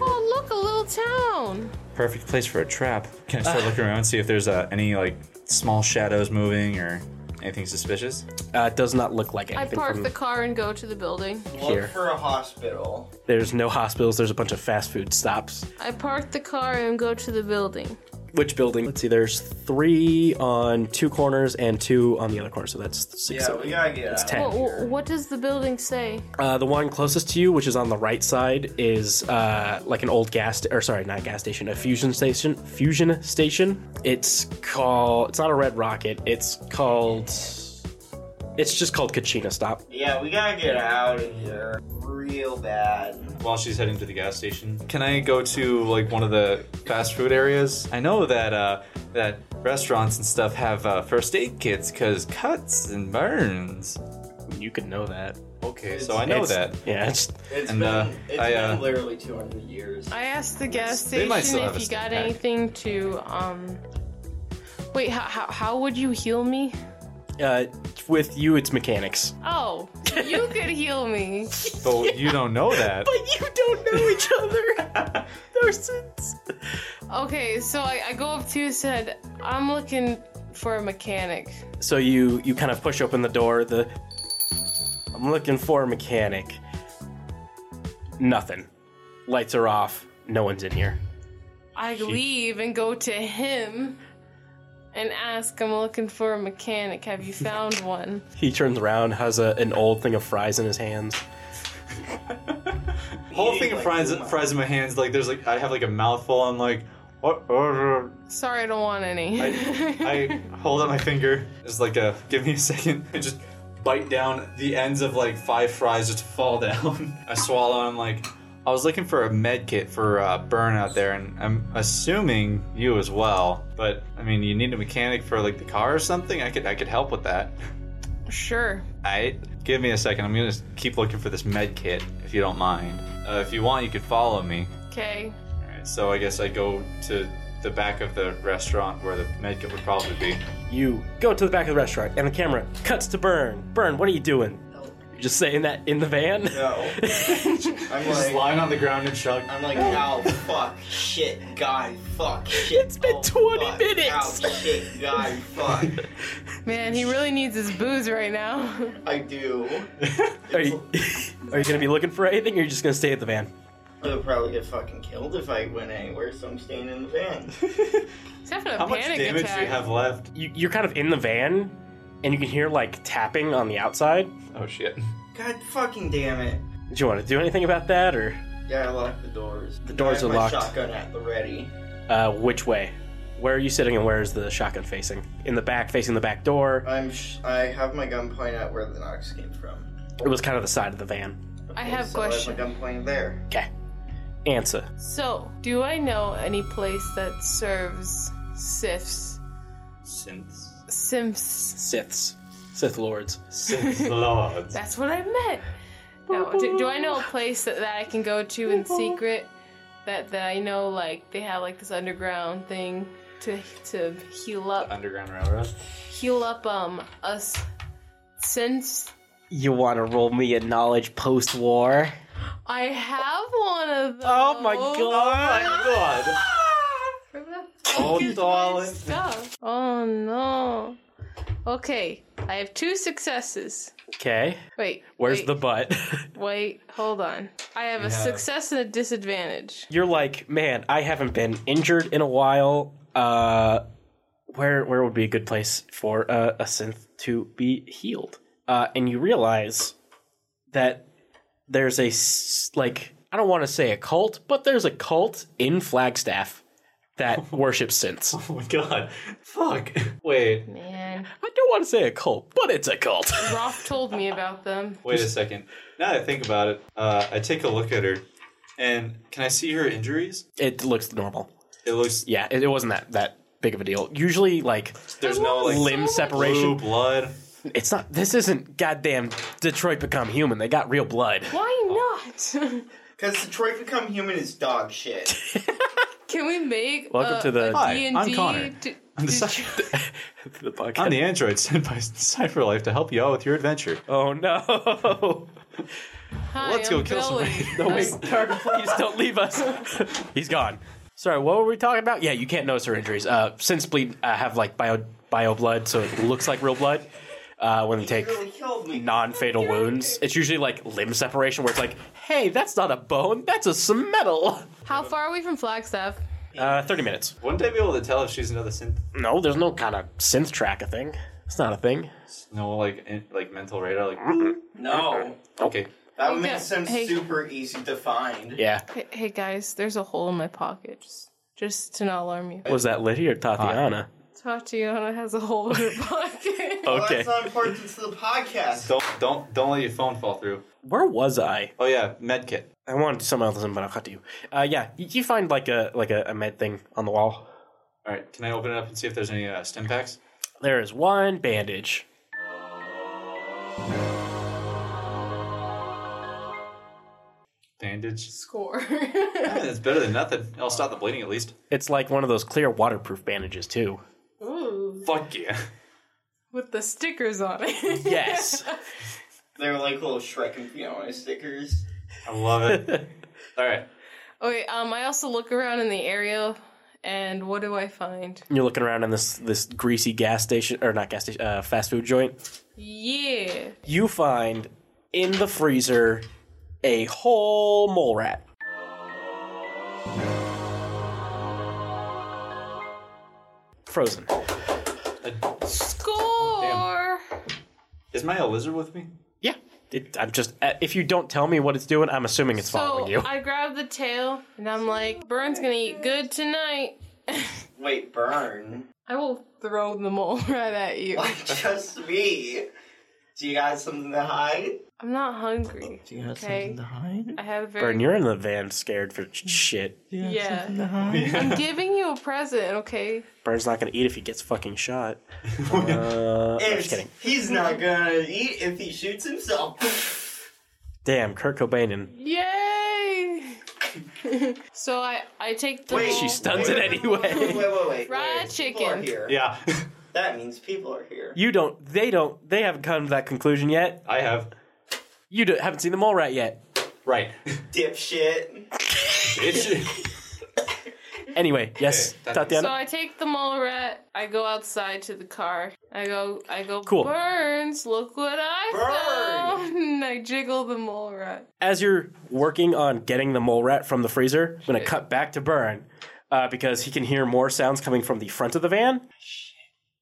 Oh, look, a little town.
Perfect place for a trap. Can I *sighs* start looking around and see if there's uh, any like small shadows moving or anything suspicious?
Uh, it does not look like
I park the car and go to the building.
Look
Here.
for a hospital.
There's no hospitals. There's a bunch of fast food stops.
I park the car and go to the building.
Which building? Let's see. There's three on two corners and two on the other corner. So that's six.
Yeah, we gotta get
It's
out.
ten.
Wha-
Oh,
wha- What, does the building say?
Uh, the one closest to you, which is on the right side, is uh, like an old gas, or sorry, not gas station, a fusion station. Fusion station. It's called. It's not a Red Rocket. It's called. It's just called Kachina Stop.
Yeah, we gotta get out of here real bad.
While she's heading to the gas station, can I go to like one of the fast food areas? I know that uh, that restaurants and stuff have uh, first aid kits because cuts and burns.
You could know that.
Okay, so I know
It's-
that.
yeah, it's-
It's
and
been,
uh,
it's
I,
been
uh,
literally 200
*laughs*
years.
I asked the gas
They
station
might still have
if
a
you
snack
got
pack.
anything to um. Wait, how, how, how would you heal me?
Uh, with you, it's mechanics.
Oh, *laughs* you could heal me.
So
*laughs*
you don't know that.
But you don't know each
*laughs*
other. Nurses. Okay, so I, I go up to you and said, I'm looking for a mechanic.
So you you kind of push open the door. The I'm looking for a mechanic. Nothing. Lights are off. No one's in here.
I leave and go to him and ask, I'm looking for a mechanic. Have you found one?
He turns around, has a, an old thing of fries in his hands.
whole thing of fries, fries in my hands. Like there's like I have like a mouthful. I'm like, "Uh, what? order?"
Sorry, I don't want any.
I hold up my finger. It's like a give me a second. I just bite down the ends of like five fries just fall down. *laughs* I swallow. I'm like, I was looking for a med kit for uh, burn out there, and I'm assuming you as well. But I mean, you need a mechanic for like the car or something. I could I could help with that. *laughs*
sure.
I give me a second. I'm gonna keep looking for this med kit if you don't mind. Uh, if you want, you could follow me.
Okay.
so I guess I go to the back of the restaurant where the med kit would probably be.
You go to the back of the restaurant, and the camera cuts to Burn. Burn, what are you doing? You're just saying that in the van?
No. I'm
just
like,
lying on the ground and chug.
I'm like, ow, fuck, shit, god, fuck, shit. It's been 20 minutes. Ow, shit, god, fuck.
Man, he really needs his booze right
*laughs*
now.
I do.
*laughs* Are you, are you going to be looking for anything, or are you just going to stay at the van?
I would probably get fucking killed if I went anywhere, so I'm staying in the van.
He's having a
How much
panic
damage do
attack.
you have
left?
You, you're kind of in the van, and you can hear, like, tapping on the outside.
Oh, *laughs* shit.
God fucking damn it.
Did you want to do anything about that, or
Yeah, I locked the doors. The
doors
I have
are
my
locked.
shotgun at the ready.
uh, which way? Where are you sitting, and where is the shotgun facing? In the back, facing the back door.
I'm sh- I have my gun pointed at where the knocks came from.
It was kind of the side of the van.
I have
so
question.
I have my gun pointed there.
Okay. Answer.
So, do I know any place that serves Siths?
Synths.
Simps.
Siths. Sith lords.
Sith lords.
That's what I meant. No, do, do I know a place that, that I can go to in secret that, that I know like they have like this underground thing to to heal up
Underground Railroad.
heal up um us since
You want to roll me a knowledge post war?
I have one of those.
Oh my god!
*laughs*
Oh, darling.
Stuff. Oh no. Okay, I have two successes.
Okay.
Wait.
Where's
wait,
the butt? *laughs*
Wait, hold on. I have
You
a
have-
success and a disadvantage.
You're like, man, I haven't been injured in a while. Uh, where where would be a good place for uh, a synth to be healed? Uh, and you realize that there's a s- like I don't want to say a cult, but there's a cult in Flagstaff
*laughs*
that worships synths. Oh
my god! Fuck. Wait.
Man.
I don't want to say a cult, but it's a cult. *laughs*
Roth told me about them.
Wait a second. Now that I think about it, uh, I take a look at her, and can I see her injuries?
It looks normal.
It looks
yeah. It, it wasn't that that big of a deal. Usually, like
There's no like
limb
blue
separation.
blood.
It's not. This isn't goddamn Detroit Become Human. They got real blood. *laughs* Oh.
Why not? *laughs*
Because Detroit Become Human is dog
*laughs*
shit.
Can we make
Welcome
a,
to the-
a
Hi,
D&D
I'm Connor.
to-
I'm the,
the
I'm the android sent by Cypherlife to help you out with your adventure.
Oh no! *laughs*
Hi,
Let's go
I'm
kill some
Billy.
raiders.
No, wait, Carter, please don't leave us. *laughs* He's gone. Sorry, what were we talking about? Yeah, you can't notice her injuries. Uh, since bleed uh, have like bio bio blood, so it looks like real blood. Uh, when they take non-fatal wounds, it's usually like limb separation, where it's like, hey, that's not a bone, that's a some metal.
How far are we from Flagstaff?
Uh, Thirty minutes.
Wouldn't I be able to tell if she's another synth?
No, there's no kind of synth track a thing. It's not a thing.
No, like in, like mental radar. Like
No.
Okay.
That
Okay.
makes them
Hey.
super easy to find.
Yeah.
Hey, hey, guys, there's a hole in my pocket. Just, just to not alarm you.
Was that Lydia or Tatiana?
Tatiana has a hole in her *laughs* pocket.
Well, that's Okay.
not important to the podcast.
Don't don't don't let your phone fall through.
Where was I?
Oh yeah, medkit.
I wanted something else, but I'll cut to you. Uh, yeah, you, you find like a like a, a med thing on the wall.
All right, can I open it up and see if there's any uh, stim packs?
There is one bandage.
Bandage.
Score. *laughs*
Yeah, it's better than nothing. I'll stop the bleeding at least.
It's like one of those clear waterproof bandages too.
Ooh,
Fuck yeah.
with the stickers on it.
Yes.
They're like little Shrek and Fiona stickers.
I
*laughs*
love it. All right.
*laughs* okay. Um, I also look around in the area, and what do I find?
*laughs* You're looking around in this this greasy gas station or not gas station, uh, fast food joint.
Yeah.
You find in the freezer a whole mole rat. Frozen.
Score.
Uh, Is my lizard with me?
Yeah. It, I'm just uh, if you don't tell me what it's doing, I'm assuming it's
So
following you.
I grab the tail, and I'm like, "Burn's gonna eat good tonight."
Wait, burn. *laughs*
I will throw the mole *laughs* right at you.
Just me. Do you got something to hide?
I'm not hungry.
Do you have
okay?
something to
I have a very
Burn, you're in the van scared for ch- shit.
Yeah.
hide?
I'm giving you a present, okay?
Burn's not gonna eat if he gets fucking shot. Uh, I'm just kidding.
He's not gonna eat if he
*laughs*
shoots himself.
*laughs* Damn, Kurt Cobain and
Yay! so I I take the
Wait,
whole-
she stuns it anyway. *laughs*
Wait, wait, wait.
fried
People are
chicken.
here.
*laughs*
Yeah.
That means people are here.
You don't. They don't. They haven't come to that conclusion yet. I have. You do, haven't seen the mole rat yet. Right.
Dipshit.
anyway, yes, Tatiana.
So I take the mole rat. I go outside to the car. I go. I go.
Cool.
Burns. Look what I found. *laughs* And I jiggle the mole rat.
as you're working on getting the mole rat from the freezer, I'm going to cut back to Burn uh, because he can hear more sounds coming from the front of the van.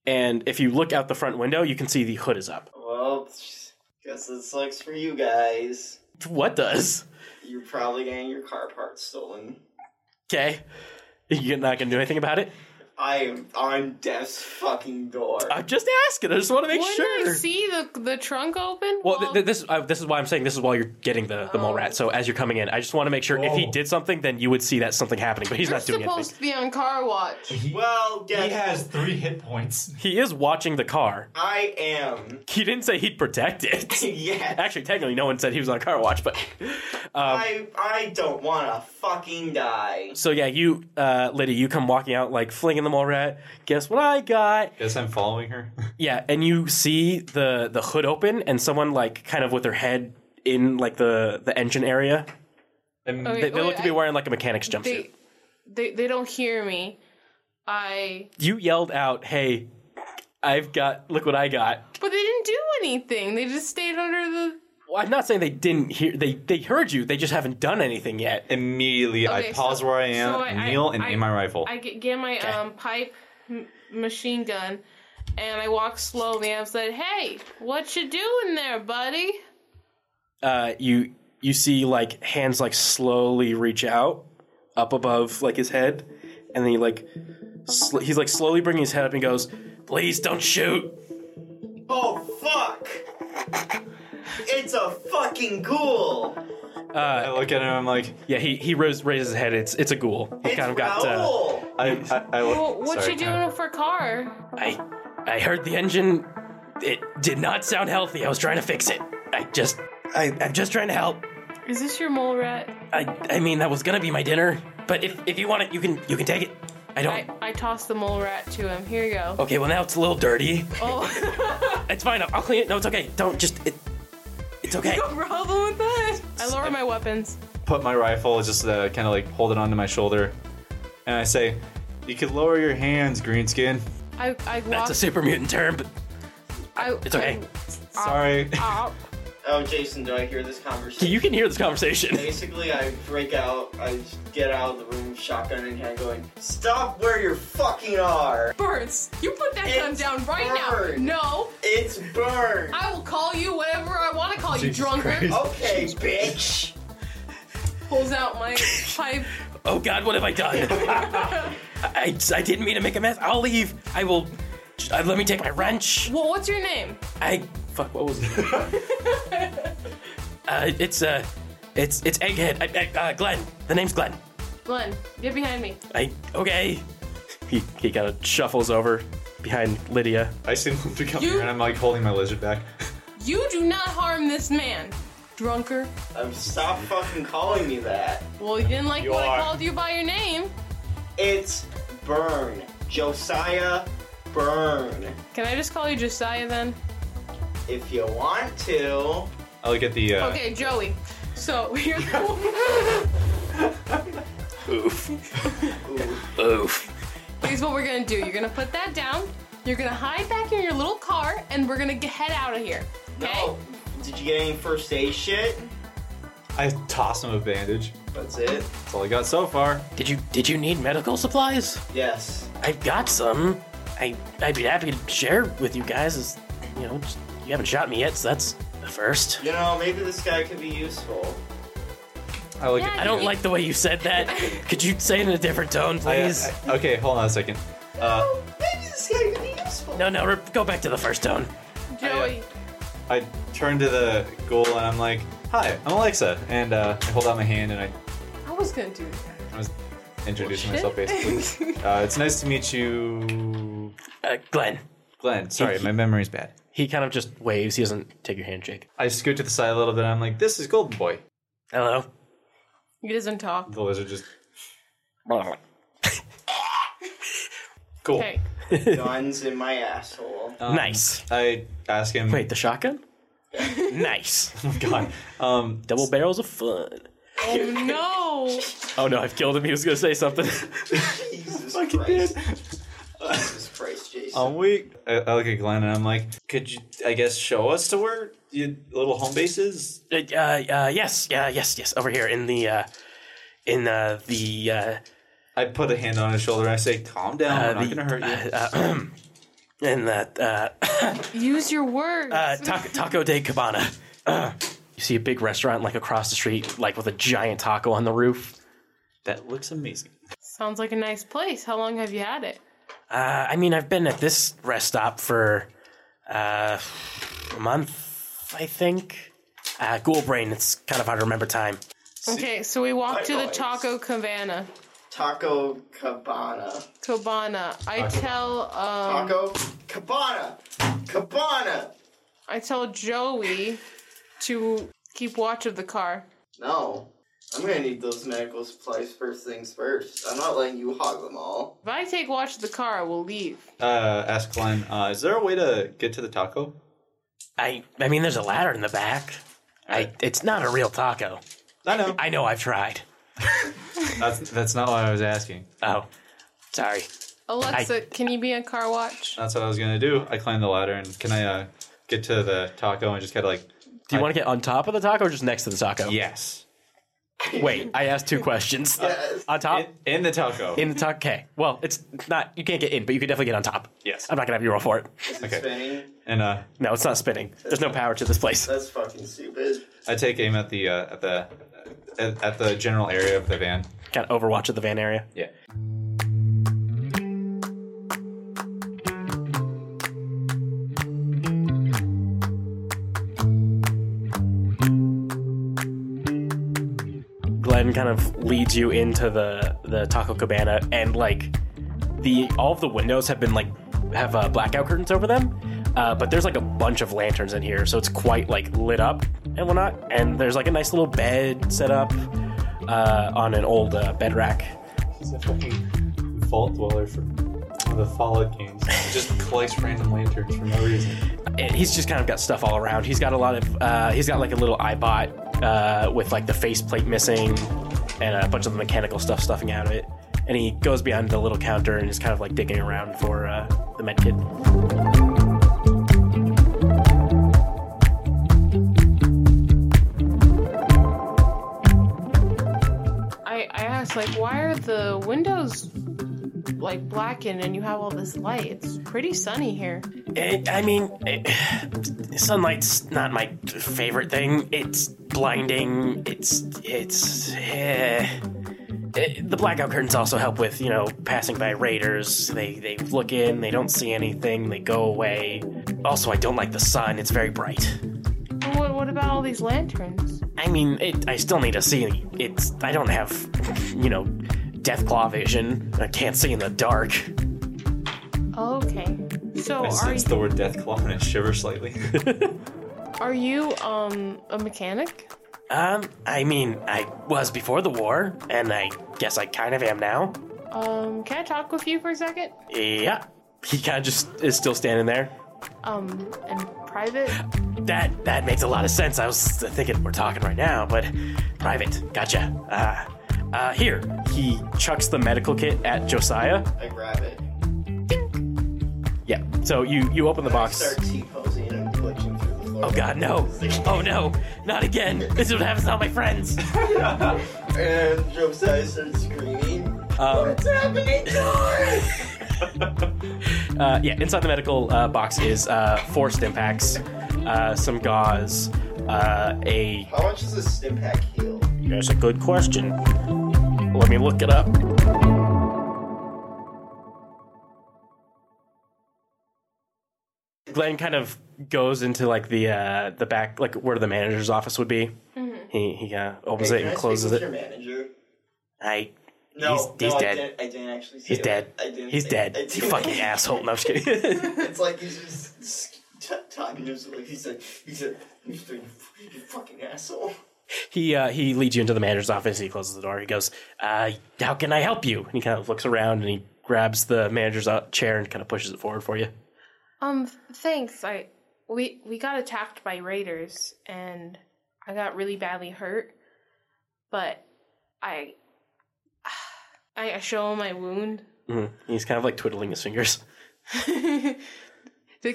And if you look out the front window, you can see the hood is up.
Well, guess it sucks for you guys.
What does?
You're probably getting your car parts stolen.
Okay. You're not going to do anything about it?
I am on death's fucking door.
I'm just asking. I just want to make
Wouldn't
sure.
I see the the trunk open?
Well, th- th- this uh, this is why I'm saying this is while you're getting the, the mole
Oh.
rat. So as you're coming in, I just want to make sure if he did something, then you would see that something happening. But he's
You're
not doing
supposed
anything.
to be on car watch.
well,
yeah.
He has three hit points.
He is watching the car.
I am.
*laughs* He didn't say he'd protect it.
yeah.
Actually, technically, no one said he was on car watch, but. Um,
I I don't want to fucking die.
So yeah, you, uh, Liddy, you come walking out like flinging the mole rat. Guess what I got?
Guess I'm following her.
Yeah, and you see the the hood open and someone like kind of with their head in like the the engine area. And
Okay,
they, they
wait,
look to be
I-
wearing like a mechanic's jumpsuit.
They, they they don't hear me. I.
you yelled out, "Hey, I've got look what I got."
But they didn't do anything. They just stayed under the.
Well, I'm not saying they didn't hear they they heard you. They just haven't done anything yet.
Immediately,
Okay,
I pause
so-
where I am,
so I-
kneel,
I-
and
I-
aim my rifle.
I get, get my um, pipe m- machine gun, and I walk slowly. I said, "Hey, what you doing there, buddy?"
Uh, you you see like hands like slowly reach out up above like his head, and then he like sl- he's like slowly bringing his head up and goes, "Please don't shoot."
Oh fuck! It's a fucking ghoul.
Uh, I look at him. I'm like, yeah. He he rose, raises his head. It's it's a ghoul. He kind of got. Uh,
Raoul!
I, I, I,
Well, what you doing for car?
I I heard the engine. It did not sound healthy. I was trying to fix it. I just I, I'm just trying to help.
Is this your mole rat?
I I mean that was gonna be my dinner, but if if you want it, you can you can take it. I don't.
I, I tossed the mole rat to him. Here you go.
okay, well now it's a little dirty.
Oh, *laughs*
It's fine. I'll, I'll clean it. No, it's okay. Don't just. It, it's okay.
no problem with that. I lower my weapons.
Put my rifle, just uh, kind of like hold it onto my shoulder, and I say, "You could lower your hands, Greenskin."
I I walk.
term, but
I,
it's okay.
I-
Sorry.
Ow. *laughs*
Oh, Jason, do I hear this conversation?
*laughs* You can hear this
*laughs*
conversation.
Basically, I break out, I get out of the room, shotgun in hand, going, "Stop where you fucking are!"
Burns, you put that gun down right
Burn.
now. No.
It's burn.
I will call you whatever I want to call
Jesus
you, drunkard.
Christ. Okay, bitch.
Pulls out my pipe.
Oh God, what have I done? I, I didn't mean to make a mess. I'll leave. I will. Uh, let me take my wrench.
Well, what's your name?
I fuck. What was it? uh, it's uh, it's it's Egghead. I, I, uh, Glenn. The name's Glenn.
Glenn, get behind me.
I okay. He he kind of shuffles over behind Lydia.
I see *laughs* them to come
You-
here, and I'm like holding my lizard back. *laughs*
You do not harm this man, drunker.
Um, stop fucking calling me that.
Well, you didn't like
You
what
are.
I called you by your name.
It's burn. Josiah, burn.
Can I just call you Josiah then?
If you want to.
I look at the. Uh,
Okay, Joey. So *laughs* here's
Oof. *laughs* Oof.
here's what we're gonna do. You're gonna put that down. You're gonna hide back in your little car, and we're gonna g head out of here.
No. Did you get any first aid shit?
I toss him a bandage.
That's it.
That's all I got so far.
Did you did you need medical supplies?
Yes.
I've got some. I I'd be happy to share with you guys. As you know, just- you haven't shot me yet, so that's the first.
You know, maybe this guy could be useful.
I like.
I don't like the way you said *laughs* that. Could you say it in a different tone, please?
okay, hold on a second. Uh,
Maybe this guy could be useful.
no, no, re- go back to the first tone.
Joey.
I turn to the goal and I'm like, "Hi, I'm Alexa," and uh, I hold out my hand and I
I was gonna do that.
I was introducing
Oh,
*laughs*
myself
Bullshit.
basically. uh, it's nice to meet you,
uh, Glenn.
Glenn, sorry, my memory's bad.
He kind of just waves. He doesn't take your handshake.
I scoot to the side a little bit. and I'm like, "This is Golden Boy."
Hello.
He doesn't talk.
The lizard just.
Um,
Cool.
Okay.
Guns in my asshole.
nice. I ask him. Wait,
the *laughs* shotgun? nice.
Oh, God. Um,
Double barrels of fun.
Oh no!
Oh no, I've killed him. He was going to say something.
Jesus Christ. Jesus Christ, Jason.
Oh.
I'm weak. I, I look at Glenn and I'm like, could you, I guess, show us to where your little home base is?
Uh, uh, yes, yeah, yes, yes. Over here in the, uh, in uh, the. Uh,
I put a hand on his shoulder. I say, "Calm down.
*laughs* Uh,
We're not
the-
going to hurt you."
uh, *clears throat* in the uh,
Use your words.
uh, taco, taco de Cabana. *clears throat* Uh, you see a big restaurant like across the street, like with a giant taco on the roof.
That looks amazing.
Sounds like a nice place. How long have you had it?
Uh, I mean, I've been at this rest stop for uh, a month, I think. Uh, Ghoul Brain, it's kind of hard to remember time.
Okay, so we walk to the
Likewise.
Taco Cabana.
Taco Cabana.
Cabana. I
Taco.
tell um,
Taco Cabana. Cabana.
I tell Joey to keep watch of the car.
No. I'm gonna need those medical supplies first things first. I'm not letting you hog them all.
If I take watch of the car, we'll leave.
Uh, ask Glenn, uh, "Is there a way to get to the taco?"
I I mean, there's a ladder in the back. I, it's not a real taco.
I know.
I know. I've tried.
that's that's not what I was asking.
Oh, sorry.
Alexa, can you be on car watch?
That's what I was gonna do. I climbed the ladder, and can I uh, get to the taco and just kind of like?
Do you want to get on top of the taco or just next to the taco?
Yes.
Wait, I asked two questions. on top?
In, the taco.
In the taco. Okay. Well, it's not. You can't get in, but you can definitely get on top.
Yes.
I'm not gonna have you roll for it.
Okay.
Spinning.
And uh,
No, it's not spinning. There's no power to this place.
That's fucking stupid.
I take aim at the uh, at the at, at the general area of the van.
Kind of overwatch of the van area.
Yeah.
Glenn kind of leads you into the the taco cabana, and like the all of the windows have been like have uh, blackout curtains over them, uh, but there's like a bunch of lanterns in here, so it's quite like lit up and whatnot. And there's like a nice little bed set up uh, on an old uh, bed rack.
He's a fucking vault dweller from the Fallout games. *laughs* just collects random lanterns for no reason.
And he's just kind of got stuff all around. He's got a lot of uh, he's got like a little iBot uh, with like the faceplate missing and a bunch of the mechanical stuff stuffing out of it. And he goes behind the little counter and is kind of like digging around for uh, the medkit.
I, I asked, like, why are the windows, like, blackened and you have all this light? It's pretty sunny here.
It, Eh, I mean, it, *sighs* sunlight's not my favorite thing. It's blinding. It's it's eh. It- the blackout curtains also help with you know passing by raiders. They they look in, they don't see anything, they go away. Also, I don't like the sun. It's very bright.
Well, What, what about all these lanterns?
I mean, it, I still need to see. It's I don't have you know death claw vision. I can't see in the dark.
Oh, okay. So
I
are
sense
you,
the word Deathclaw and I shiver slightly. *laughs*
are you um a mechanic?
Um, I mean, I was before the war, and I guess I kind of am now.
Um, can I talk with you for a second?
Yeah. He kind of just is still standing there.
Um, in private?
That that makes a lot of sense. I was thinking we're talking right now, but private. Gotcha. Uh, uh, here. He chucks the medical kit at Josiah.
I grab it.
Yeah. So you you open the box.
Start T posing and glitching through the floor.
Oh God, no! Oh no! Not again! This is what happens to all my friends. *laughs*
And Josiah starts screaming.
Um,
What's happening, Doris?
uh, yeah, inside the medical uh, box is uh, four stim packs, uh, some gauze, uh, a.
How much does a stim pack heal?
That's a good question. Let me look it up. Glenn kind of goes into like the uh, the back, like where the manager's office would be.
Mhm.
He he uh, opens
Hey,
it
can I
and
speak
closes
with
it.
Your manager.
I
No,
he's, he's
no,
dead.
I didn't, I didn't actually. Say
He's
it.
dead.
I didn't
He's
say-
dead.
I
You
didn't.
fucking asshole. No, I'm just kidding.
*laughs*
*laughs*
it's like he's just s- t- talking to himself. He's like, he's like, he's like, you fucking asshole.
He uh, he leads you into the manager's office. He closes the door. He goes, uh, "How can I help you?" And he kind of looks around and he grabs the manager's uh, chair and kind of pushes it forward for you.
Um, thanks. I we we got attacked by raiders and I got really badly hurt, but I *sighs* I I show him my wound. *laughs*
Mhm. He's kind of like twiddling his fingers. *laughs*
Did-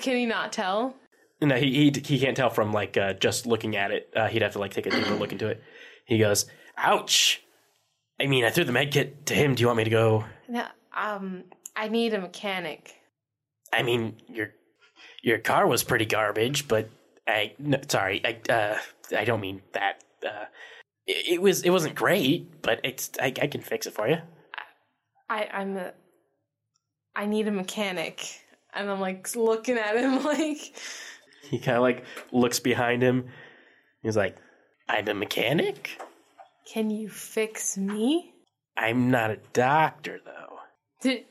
Can he not tell?
No, he he, he can't tell from like uh, just looking at it. Uh, he'd have to like take a deeper look into it. He goes, "Ouch!" I mean, I threw the med kit to him. Do you want me to go?
No. Um, I need a mechanic.
I mean, your your car was pretty garbage, but I no, sorry, I uh, I don't mean that. Uh, it, it was it wasn't great, but it's I, I can fix it for you.
I I'm a I need a mechanic, and I'm like looking at him *laughs* like
He kind of like looks behind him. He's like, "I'm a mechanic.
Can you fix me?
I'm not a doctor, though."
Did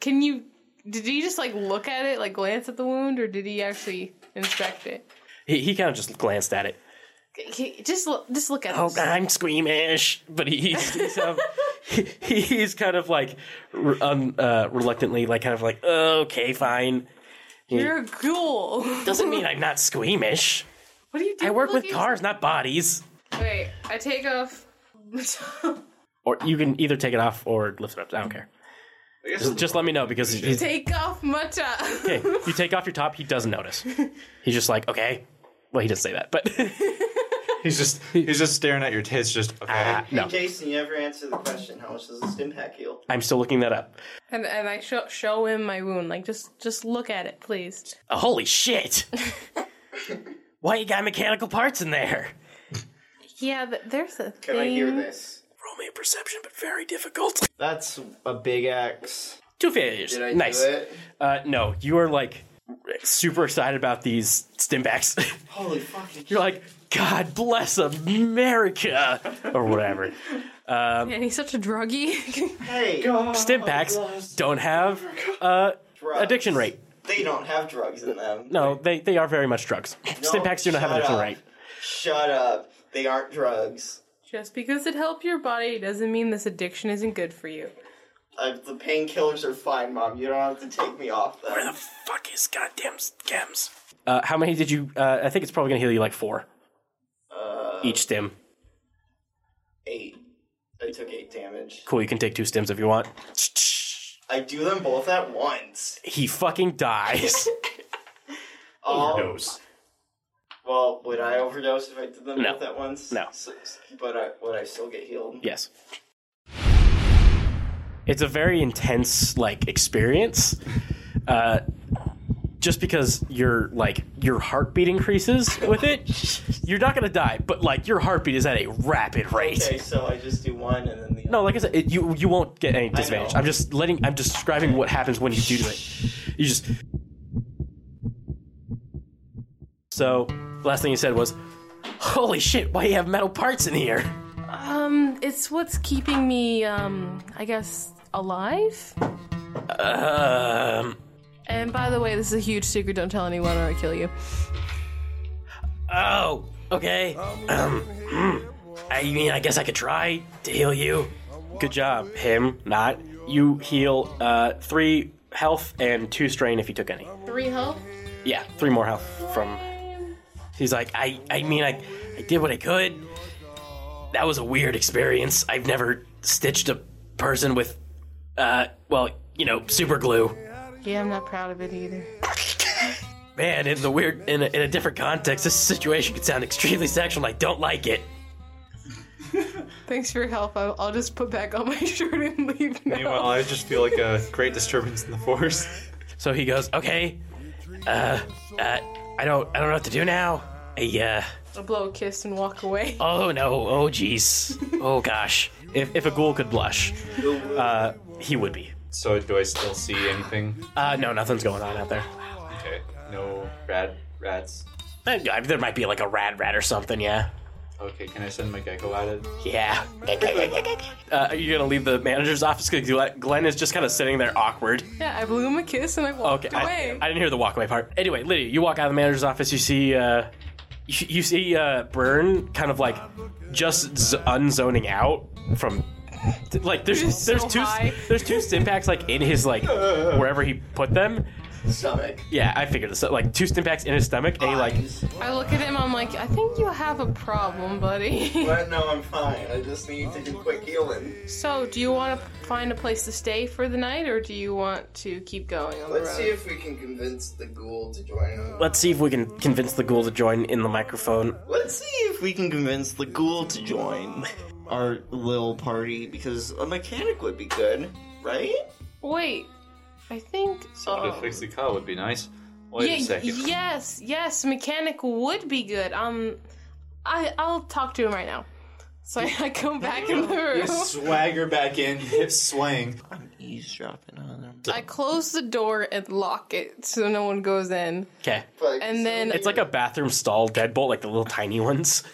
can you did he just like look at it, like glance at the wound, or did he actually inspect it?
He he kind of just glanced at it.
C- c- Just look, just look at
Oh,
this.
I'm squeamish, but he, he's he's, um, *laughs* he, he's kind of like re- um, uh, reluctantly, like kind of like, "Okay, fine." He-
You're a ghoul. *laughs*
doesn't mean I'm not squeamish.
What do you do?
I work with
looking-
cars, not bodies.
Wait, I take off.
Or you can either take it off or lift it up. I don't care. Just, just let me know because he's,
*laughs* take off my top.
okay. You take off your top, he doesn't notice. He's just like, okay. Well, he doesn't say that, but *laughs*
he's just he's just staring at your tits. Just okay.
*laughs*
no.
Jason, you never answered the question. How much does a stim pack heal?
I'm still looking that up.
*laughs* And and I show show him my wound. Like just just look at it, please.
Oh, holy *laughs* shit! Why you got mechanical parts in there?
Yeah, but there's a
Can I hear this?
Roll me a perception, but very difficult.
That's a big axe.
*laughs* Two failures.
Did I do
nice.
it?
Uh, no, you are like super excited about these stimbacks.
Holy fucking
*laughs* You're like, God bless America,
*laughs*
or whatever. Um,
And he's such a druggie. *laughs*
hey,
stim packs don't have uh, addiction rate.
They don't have drugs in them.
No, they, they are very much drugs. stim packs do not have
shut
addiction
up.
rate.
Shut up. They aren't drugs.
Just because it helped your body doesn't mean this addiction isn't good for you.
Uh, the painkillers are fine, Mom. You don't have to take me off them. Where the
fuck is goddamn chems? Uh, how many did you? Uh, I think it's probably gonna heal you like four
Uh,
each stim.
eight. I took eight damage.
Cool, you can take two stims if you want.
I do them both at once.
He fucking dies.
Um,
Overdose.
Well, would I overdose if I did them both at once?
No.
So- but I, would I still get healed?
Yes. It's a very intense like experience. Uh, just because your like your heartbeat increases with it, you're not gonna die, but like your heartbeat is at a rapid rate.
Okay, so I just do one and then the.
No, like I said, it, you you won't get any disadvantage. I'm just letting. I'm describing what happens when you do to it. You just. So, last thing you said was, "Holy shit! Why do you have metal parts in here?"
Um, it's what's keeping me, um, I guess, alive.
Um.
And by the way, this is a huge secret. Don't tell anyone or I kill you.
Oh. Okay. Um. hmm. I mean, I guess I could try to heal you. Good job, him. Not you. Heal uh three health and two strain if you took any.
Three health.
Yeah, three more health from. He's like, I, I mean, I, I did what I could. That was a weird experience. I've never stitched a person with, uh, well, you know, super glue.
Yeah, I'm not proud of it either.
Man, in the weird, in a, in a different context, this situation could sound extremely sexual. and I don't like it.
Thanks for your help. I'll, I'll just put back on my *laughs* shirt and leave now.
Meanwhile, I just feel like a great disturbance in the force.
So he goes, okay, uh, uh, I don't, I don't know what to do now. I, uh,
I'll blow a kiss and walk away.
Oh no! Oh jeez! Oh gosh! If if a ghoul could blush, uh, he would be.
So do I still see anything?
Uh, no, nothing's going on out there.
Okay. No rat rats.
Uh, yeah, There might be like a rad rat or something. Yeah.
Okay. Can I send my gecko at it?
Yeah. *laughs* Uh, are you gonna leave the manager's office? Because Glenn is just kind of sitting there awkward.
Yeah, I blew him a kiss and I walked
Okay. I,
away.
I didn't hear the walk away part. Anyway, Lydia, you walk out of the manager's office. You see, uh, you, you see uh, Burn kind of like just z- unzoning out from like
He's
there's
so
there's two
high.
there's two stimpacks like in his like wherever he put them.
Stomach.
Yeah, I figured this out. Like two stimpacks in his stomach, and he like
I look at him, I'm like, I think you have a problem, buddy.
What? No, I'm fine. I just need to do quick healing.
*laughs* so, do you want to find a place to stay for the night, or do you want to keep going on the road?
Let's see if we can convince the ghoul to join us.
let's see if we can convince the ghoul to join in the microphone.
Let's see if we can convince the ghoul to join our little party because a mechanic would be good, right?
Wait, I think.
Someone
oh.
to fix the car would be nice. Wait a
Yeah,
second.
Yes, yes, mechanic would be good. Um, I I'll talk to him right now. So *laughs* I, I go back in the
You
room.
swagger back in, *laughs* hips swaying.
I'm eavesdropping on them.
I close the door and lock it so no one goes in.
Okay.
And then
It's like a bathroom stall deadbolt, like the little tiny ones.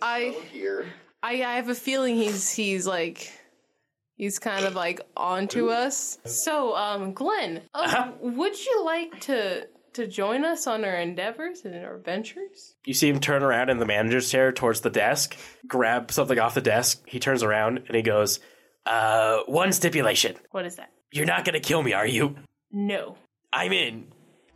I
here.
I I have a feeling he's he's like he's kind of like onto us. So um Glenn,
Uh-huh.
uh, would you like to to join us on our endeavors and our ventures?
You see him turn around in the manager's chair towards the desk, grab something off the desk. He turns around and he goes, "Uh, one stipulation:
What is that?
you're not gonna kill me, are you?
No.
I'm in."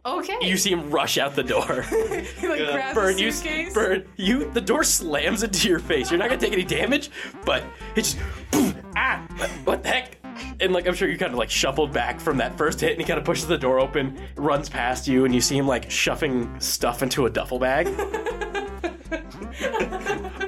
Okay. *laughs*
You see him rush out the door. *laughs*
He like grabs
Burn,
the
Uh, you,
suitcase.
Burn, you. The door slams into your face. You're not gonna take any damage, but it's just boom. Ah, what, what the heck? And like, I'm sure you kind of like shuffled back from that first hit, and he kind of pushes the door open, runs past you, and you see him like shuffling stuff into a duffel bag.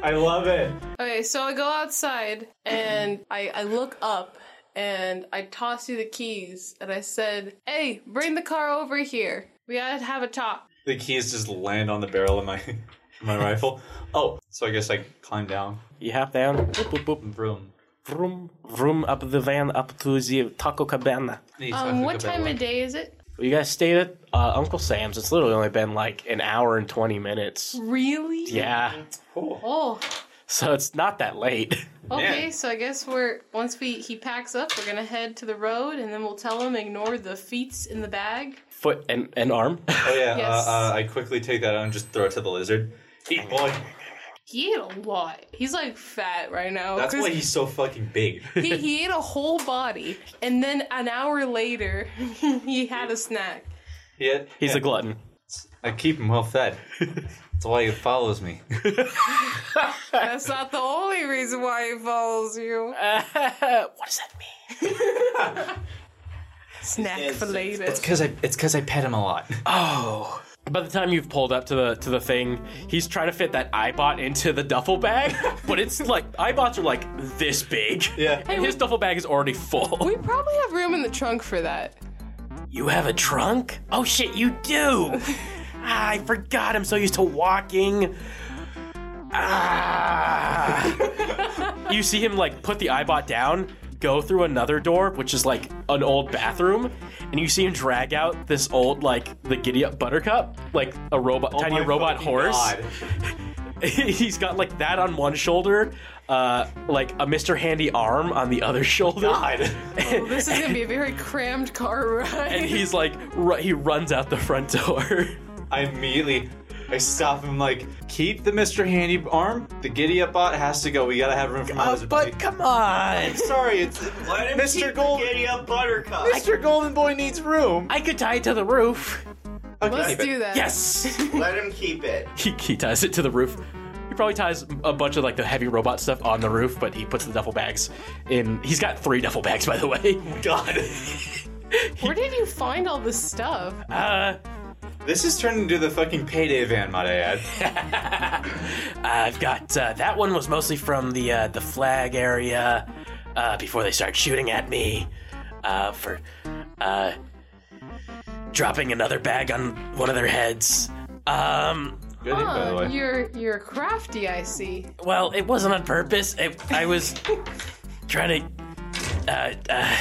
I love it.
Okay, so I go outside and I, I look up and I toss you the keys and I said, Hey, bring the car over here. We gotta have a talk.
The keys just land on the barrel of my *laughs* my rifle. Oh, so I guess I climb down.
You hop down. Boop, boop, boop.
Vroom.
Vroom, vroom, up the van, up to the taco cabana.
Um, what time of day is it?
You guys stayed at uh, Uncle Sam's. It's literally only been like an hour and 20 minutes.
Really?
Yeah.
Oh,
So it's not that late. *laughs*
okay. So I guess we're once we he packs up, we're gonna head to the road, and then we'll tell him ignore the feets in the bag.
Foot and, and arm. *laughs*
Oh yeah,
Yes.
uh, uh, I quickly take that out and just throw it to the lizard. Eat boy.
He ate a lot. He's like fat right now.
That's
'cause
why he's so fucking big. *laughs*
he, he ate a whole body, and then an hour later, *laughs* he had a snack.
Yeah,
he's a glutton.
I keep him well fed. That's why he follows *laughs* me.
That's not the only reason why he follows you.
Uh,
Uh, *laughs* what does that mean?
Snack for later.
I it's because I pet him a
*laughs*
lot.
Oh. By the time you've pulled up to the to the thing, he's trying to fit that iBot into the duffel bag, *laughs* but it's like iBots are like this big. Yeah. And his duffel bag is already full.
We probably have room in the trunk for that.
You have a trunk? Oh shit, you do. ah, I forgot. I'm so used to walking. Ah. you see him like put the iBot down, go through another door, which is like an old bathroom, and you see him drag out this old like the giddy up buttercup, like a robot, tiny robot horse. *laughs* He's got like that on one shoulder, uh, like a Mr. Handy arm on the other shoulder.
Well, this is gonna be a very crammed car ride.
*laughs* and
*laughs*
he's like ru- he runs out the front door *laughs*
I immediately I stop him like, keep the Mr. Handy arm. The giddy up bot has to go. We gotta have room for my lizard. Uh, But
Oh, come *laughs* on.
Sorry, it's
Let him
Mr.
keep
Gold.
the giddy up buttercup.
Mr. Golden Boy needs room.
I could tie it to the roof.
Okay.
Let's
keep it.
do that.
Yes.
Let him keep it.
*laughs* he, he ties it to the roof he probably ties a bunch of like the heavy robot stuff on the roof but he puts the duffel bags in he's got three duffel bags by the *laughs* way Oh, god
Where did you find all this stuff?
uh,
this is turning into the fucking payday van, might I add.
i've got uh, that one was mostly from the uh, the flag area uh, before they start shooting at me uh, for uh, dropping another bag on one of their heads um
Good
Huh, you're you're crafty, I see.
Well, it wasn't on purpose. It, I was trying to. Uh, uh,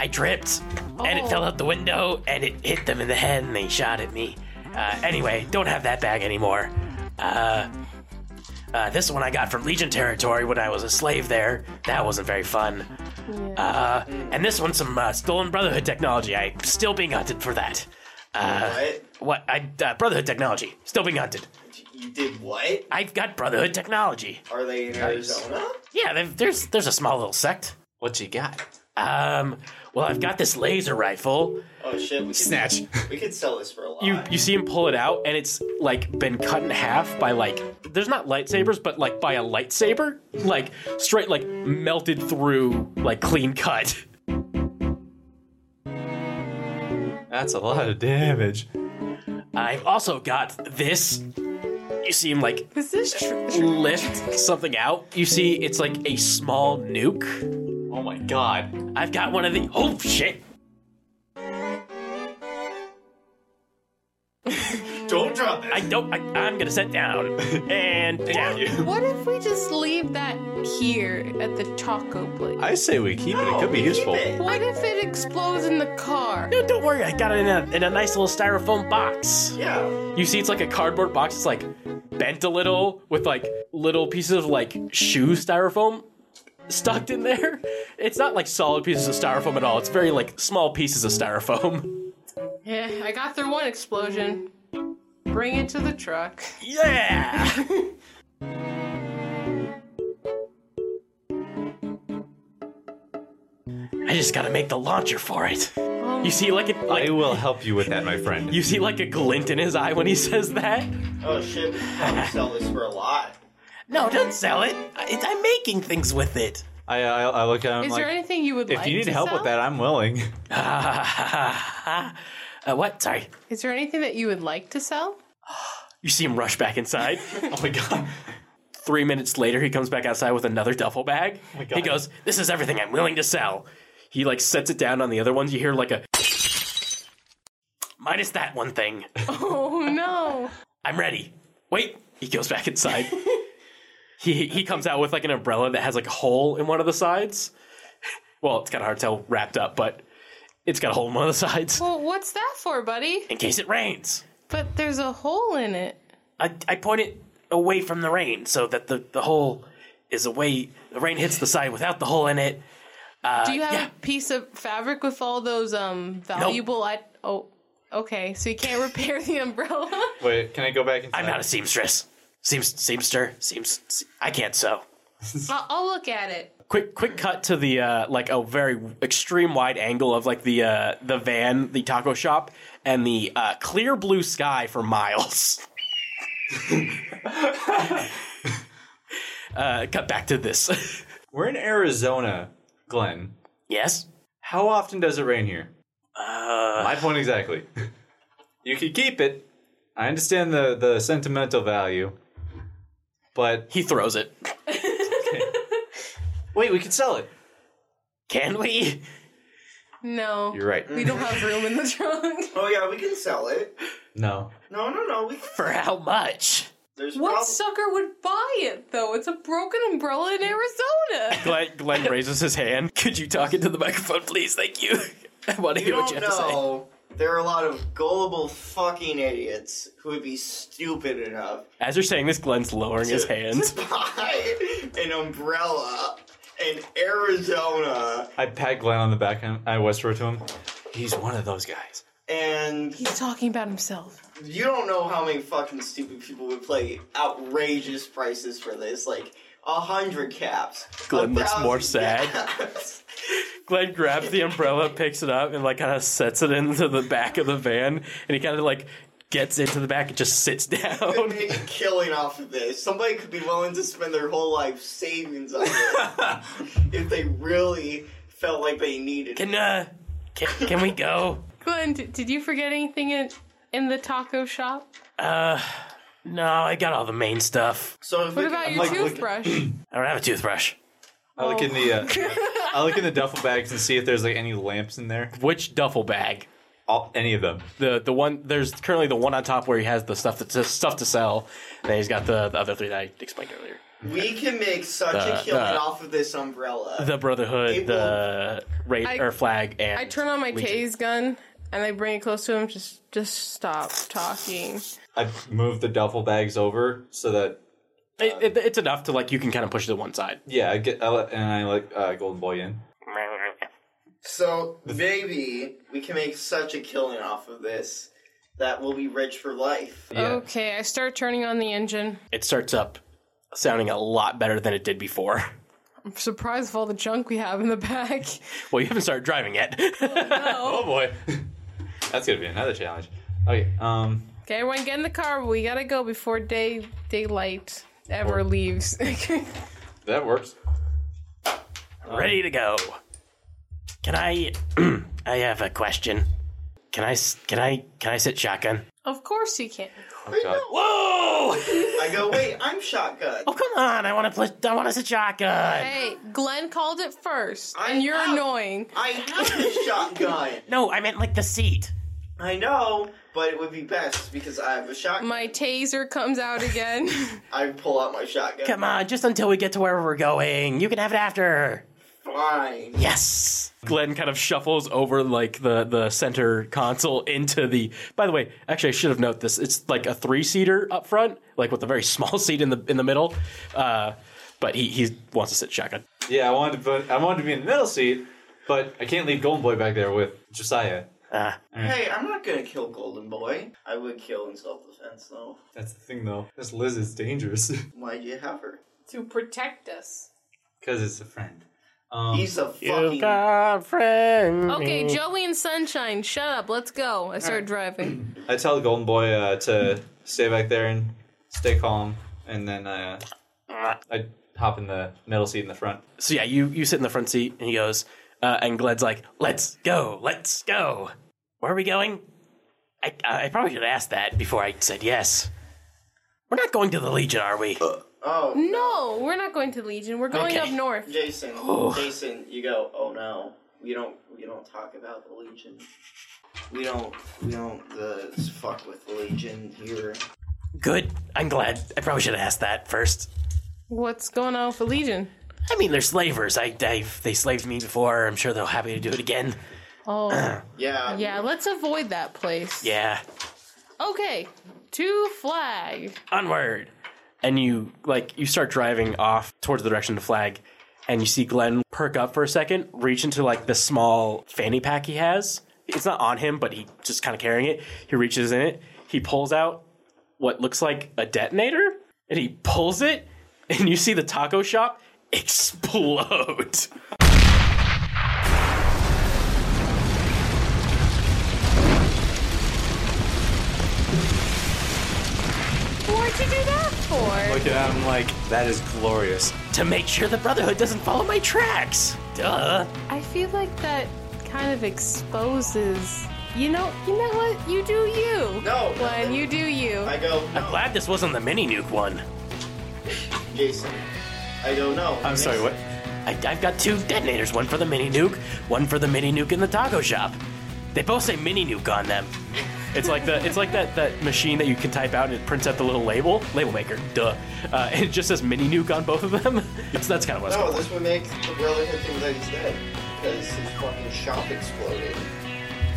I tripped, and
Oh.
it fell out the window, and it hit them in the head, and they shot at me. Uh, anyway, don't have that bag anymore. Uh, uh, this one I got from Legion territory when I was a slave there. That wasn't very fun. Uh, and this one's some uh, stolen Brotherhood technology. I'm still being hunted for that. Uh, what? I, uh, Brotherhood technology. Still being hunted.
You did what?
I've got Brotherhood Technology.
Are they in Arizona?
Yeah, they've- there's there's a small little sect. What you got? Um, well, I've got this laser rifle.
Oh shit! We could,
Snatch.
We could sell this for a lot.
You you see him pull it out, and it's like been cut in half by like there's not lightsabers, but like by a lightsaber, like straight like melted through, like clean cut.
That's a lot of damage.
I've also got this. You see him like
Is this true?
lift something out. You see, it's like a small nuke. Oh my god! I've got one of the. Oh shit!
Don't drop it.
I don't. I, I'm gonna set *laughs* down and down.
What if we just leave that here at the taco place?
I say we keep it. It could be useful.
What if it explodes in the car?
No, don't worry. I got it in a, in a nice little styrofoam box.
Yeah.
You see, it's like a cardboard box. It's like bent a little with like little pieces of like shoe styrofoam stuck in there. It's not like solid pieces of styrofoam at all. It's very like small pieces of styrofoam.
Yeah, I got through one explosion. Bring it to the truck.
Yeah! *laughs* I just gotta make the launcher for it. You see, like it. Like, Oh I will help you with that, my friend. You see, like a glint in his eye when he says that.
Oh shit! We could probably sell this for a lot.
No, don't sell it. I, I'm making things with it.
I, I, I look at him
Is
like,
there anything you would
if
like
you need
to
help
sell?
with that, I'm willing.
*laughs* uh, what? Sorry.
Is there anything that you would like to sell?
You see him rush back inside. *laughs* oh my god. Three minutes later, he comes back outside with another duffel bag. He goes, This is everything I'm willing to sell. He like sets it down on the other ones. You hear like a *laughs* minus that one thing.
*laughs* Oh no.
I'm ready. Wait. He goes back inside. he he comes out with like an umbrella that has like a hole in one of the sides. Well, it's kind of hard to tell wrapped up, but it's got a hole in one of the sides
Well, what's that for, buddy?
in case it rains.
But there's a hole in it.
I, I point it away from the rain so that the, the hole is away. The rain hits the side without the hole in it. Uh,
Do you have a piece of fabric with all those um valuable? I oh, okay. So you can't repair the umbrella.
Wait, can I go back inside?
I'm not a seamstress. Seams, seamster. Seems se- I can't sew.
I'll, I'll look at it.
Quick, quick cut to the uh, like a very extreme wide angle of like the uh, the van, the taco shop, and the uh, clear blue sky for miles. *laughs* uh, cut back to this. *laughs*
We're in Arizona, Glenn.
Yes.
How often does it rain here?
Uh,
My point exactly. *laughs* you could keep it. I understand the the sentimental value, but
he throws it.
Wait, we could sell it.
Can we?
No.
You're right.
We don't have room in the trunk.
Oh yeah, we can sell it.
No.
No, no, no. We can
For how much?
There's
What
prob-
sucker would buy it though? It's a broken umbrella in Arizona.
Glenn, Glenn raises his hand. Could you talk into the microphone, please? Thank you. *laughs* I want to
You
hear what
don't
you have to say.
know. There are a lot of gullible fucking idiots who would be stupid enough
As you're saying this, Glenn's lowering his
*laughs*
hands.
buy an umbrella in Arizona
I pat Glenn on the back and I whisper to him, "He's one of those guys."
and
He's talking about himself.
you don't know how many fucking stupid people would play outrageous prices for this, like a hundred caps.
Glenn looks more
1,000
sad.
caps. *laughs*
Glenn grabs the umbrella, picks it up, and like kind of sets it into the back of the van. And he kind of like gets into the back and just sits *laughs* down.
Could make a killing off of this. Somebody could be willing to spend their whole life savings on
*laughs*
this if they really felt like they needed.
Can uh, can, can we go?
Glenn, d- did you forget anything in in the taco shop?
Uh, no, I got all the main stuff.
So
What about your toothbrush?
I don't have a toothbrush.
I look in the uh, I look in the duffel bags and see if there's like any lamps in there.
Which duffel bag?
All, any of them.
The the one there's currently the one on top where he has the stuff that's stuff to sell. And then he's got the, the other three that I explained earlier.
We can make such
Uh,
a killing
uh,
off of this umbrella.
the Brotherhood, the raid
I-
or flag, and
I turn on my
Legion.
tase gun and I bring it close to him. Just just stop talking.
I move the duffel bags over so that
It, it, it's enough to like you can kind of push it to one side.
yeah, I get I let, and I let uh, Golden Boy in.
So maybe we can make such a killing off of this that will be rich for life.
Okay, I start turning on the engine.
It starts up sounding a lot better than it did before. *laughs*
I'm surprised with all the junk we have in the *laughs* back.
Well, you haven't started driving yet. *laughs*
oh boy, *laughs* that's gonna be another challenge. Okay, um,
Okay, everyone get in the car, but we gotta go before day daylight ever leaves. *laughs*
that works.
Ready to go. Can I? *clears throat* I have a question. Can I? s- Can I? Can I sit shotgun?
of course you can.
Whoa! *laughs*
I go, wait, I'm shotgun.
Oh come on! I want to play. I want to sit shotgun.
Hey, Glenn called it first, and you're annoying.
I have a shotgun.
*laughs* No, I meant like the seat.
I know, but it would be best because I have a shotgun.
My taser comes out again.
I pull out my shotgun.
Come on, just until we get to wherever we're going. You can have it after.
Fine.
Yes. Glenn kind of shuffles over like the the center console into the. By the way, actually, I should have noted this. It's like a three seater up front, like with a very *laughs* small seat in the in the middle. Uh, but he he wants to sit shotgun.
Yeah, I wanted to put, I wanted to be in the middle seat, but I can't leave Golden Boy back there with Josiah.
Ah.
Hey, I'm not gonna kill Golden Boy. I would kill in self defense though.
That's the thing though. This Liz is dangerous *laughs*
Why'd you have her?
*laughs* to protect us.
because it's a friend. Um,
He's a
You got friend.
Okay, Joey and Sunshine, shut up. Let's go. I start driving.
I tell Golden Boy uh, to stay back there and stay calm, and then I, uh, I hop in the middle seat in the front.
So yeah, you you sit in the front seat, and he goes, uh, and Glenn's like, "Let's go, let's go. Where are we going?" I I probably should have asked that before I said yes. We're not going to the Legion, are we?
Oh.
No, we're not going to Legion. We're going
Okay.
up north.
Jason,
*sighs* Oh.
Jason, you go. Oh no, we don't. We don't talk about the Legion. We don't. We don't uh, fuck with the Legion here.
Good. I'm glad. I probably should have asked that first.
What's going on with the Legion?
I mean, they're slavers. I, I they slaved me before. I'm sure they're happy to do it again.
Oh.
yeah.
Yeah, let's avoid that place.
Yeah.
Okay, to flag.
Onward. And you like you start driving off towards the direction of the flag, and you see Glenn perk up for a second, reach into like the small fanny pack he has. It's not on him, but he just kind of carrying it. He reaches in it. He pulls out what looks like a detonator, and he pulls it, and you see the taco shop explode.
What'd you do that for?
Look at that, I'm like, that is glorious.
To make sure the Brotherhood doesn't follow my tracks. Duh.
I feel like that kind of exposes. You know, you know what? You do you.
No.
Glenn, you do you.
I go.
I'm glad this wasn't the mini nuke one.
Jason, I don't know.
I'm sorry, what? I, I've got two detonators one for the mini nuke, one for the mini nuke in the taco shop. They both say mini nuke on them. *laughs* It's like the it's like that, that machine that you can type out and it prints out the little label label maker. Duh, uh, *laughs* and it just says mini nuke on both of them. *laughs* so that's kind of what it's
No,
called.
this would make the brotherhood think that he's dead because his fucking shop exploded.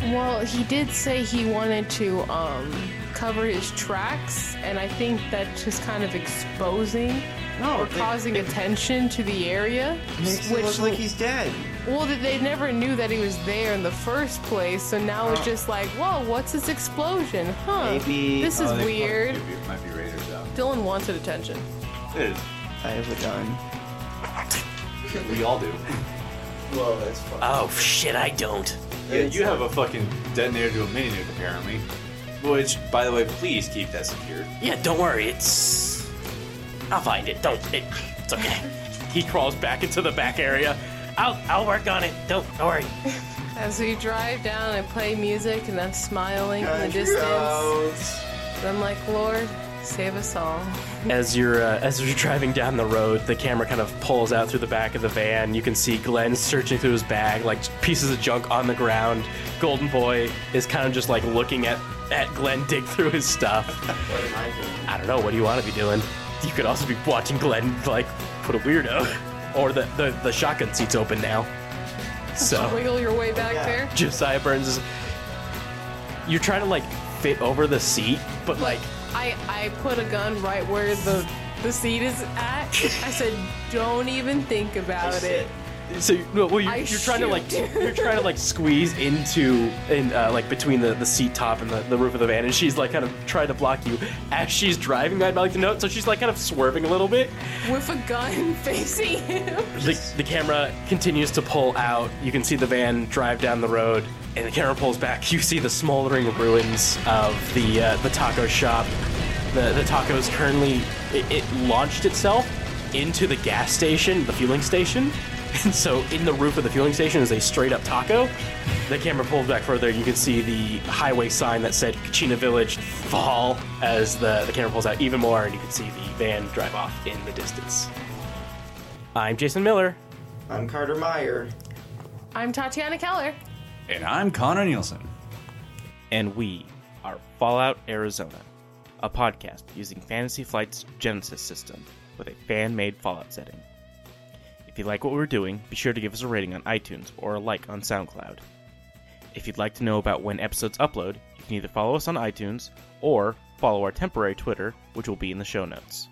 Well, he did say he wanted to um, cover his tracks, and I think that's just kind of exposing or causing attention to the area.
Makes it look like he's dead.
Well, th- they never knew that he was there in the first place, so now it's just like, whoa, what's this explosion? Huh? this is weird.
might be Raiders out.
Dylan wanted attention.
It is.
I have a gun.
We all do.
Whoa, that's fucking.
Oh shit, I don't.
Yeah, you have a fucking detonator to a mini nuke apparently. Which, by the way, please keep that secured.
Yeah, don't worry. It's I'll find it. Don't it, it's okay. *laughs* he crawls back into the back area. I'll I'll work on it. Don't don't worry.
As we drive down, I play music and I'm smiling in the
Country
distance.
roads.
And I'm like, Lord, save us all.
As you're uh, as you're *laughs* driving down the road, the camera kind of pulls out through the back of the van. You can see Glenn searching through his bag, like pieces of junk on the ground. Golden Boy is kind of just like looking at at Glenn dig through his stuff.
*laughs* What am I doing?
I don't know. What do you want to be doing? You could also be watching Glenn like put a
*laughs*
weirdo, or the the, the shotgun seat's open now. *laughs* So
Wiggle your way back there.
Josiah Burns is. You're trying to like fit over the seat, but like
I, I put a gun right where the the seat is at. I said, don't even think about
I
it.
sit.
So you- no, well, you're,
I
you're trying to like
shoot.
you're trying to like squeeze into and uh, like between the, the seat top and the, the roof of the van, and she's like kind of trying to block you as she's driving. I'd like to note, so she's like kind of swerving a little bit.
With a
*laughs*
gun facing him.
The, the camera continues to pull out. You can see the van drive down the road, and the camera pulls back. *laughs* You see the smoldering ruins of the uh, the taco shop. The the tacos currently it, it launched itself into the gas station, the fueling station, *laughs* and so in the roof of the fueling station is a straight up taco. The camera pulls back further. You can see the highway sign that said Kachina Village fall as the, the camera pulls out even more, and you can see the van drive off in the distance. I'm Jason Miller.
I'm Carter Meyer.
I'm Tatiana Keller.
And I'm Connor Nielsen. And we are Fallout Arizona, a podcast using Fantasy Flight's Genesis system with a fan made Fallout setting. If you like what we're doing, be sure to give us a rating on iTunes or a like on SoundCloud. If you'd like to know about when episodes upload, you can either follow us on iTunes or follow our temporary Twitter, which will be in the show notes.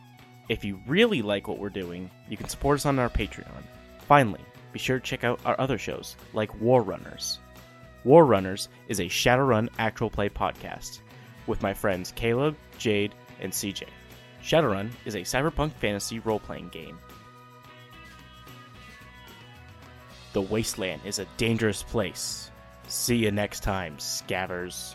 If you really like what we're doing, you can support us on our Patreon. Finally, be sure to check out our other shows, like War Runners. War Runners is a Shadowrun actual play podcast with my friends Caleb, Jade, and CJ. Shadowrun is a cyberpunk fantasy role playing game The wasteland is a dangerous place. See you next time, scavers.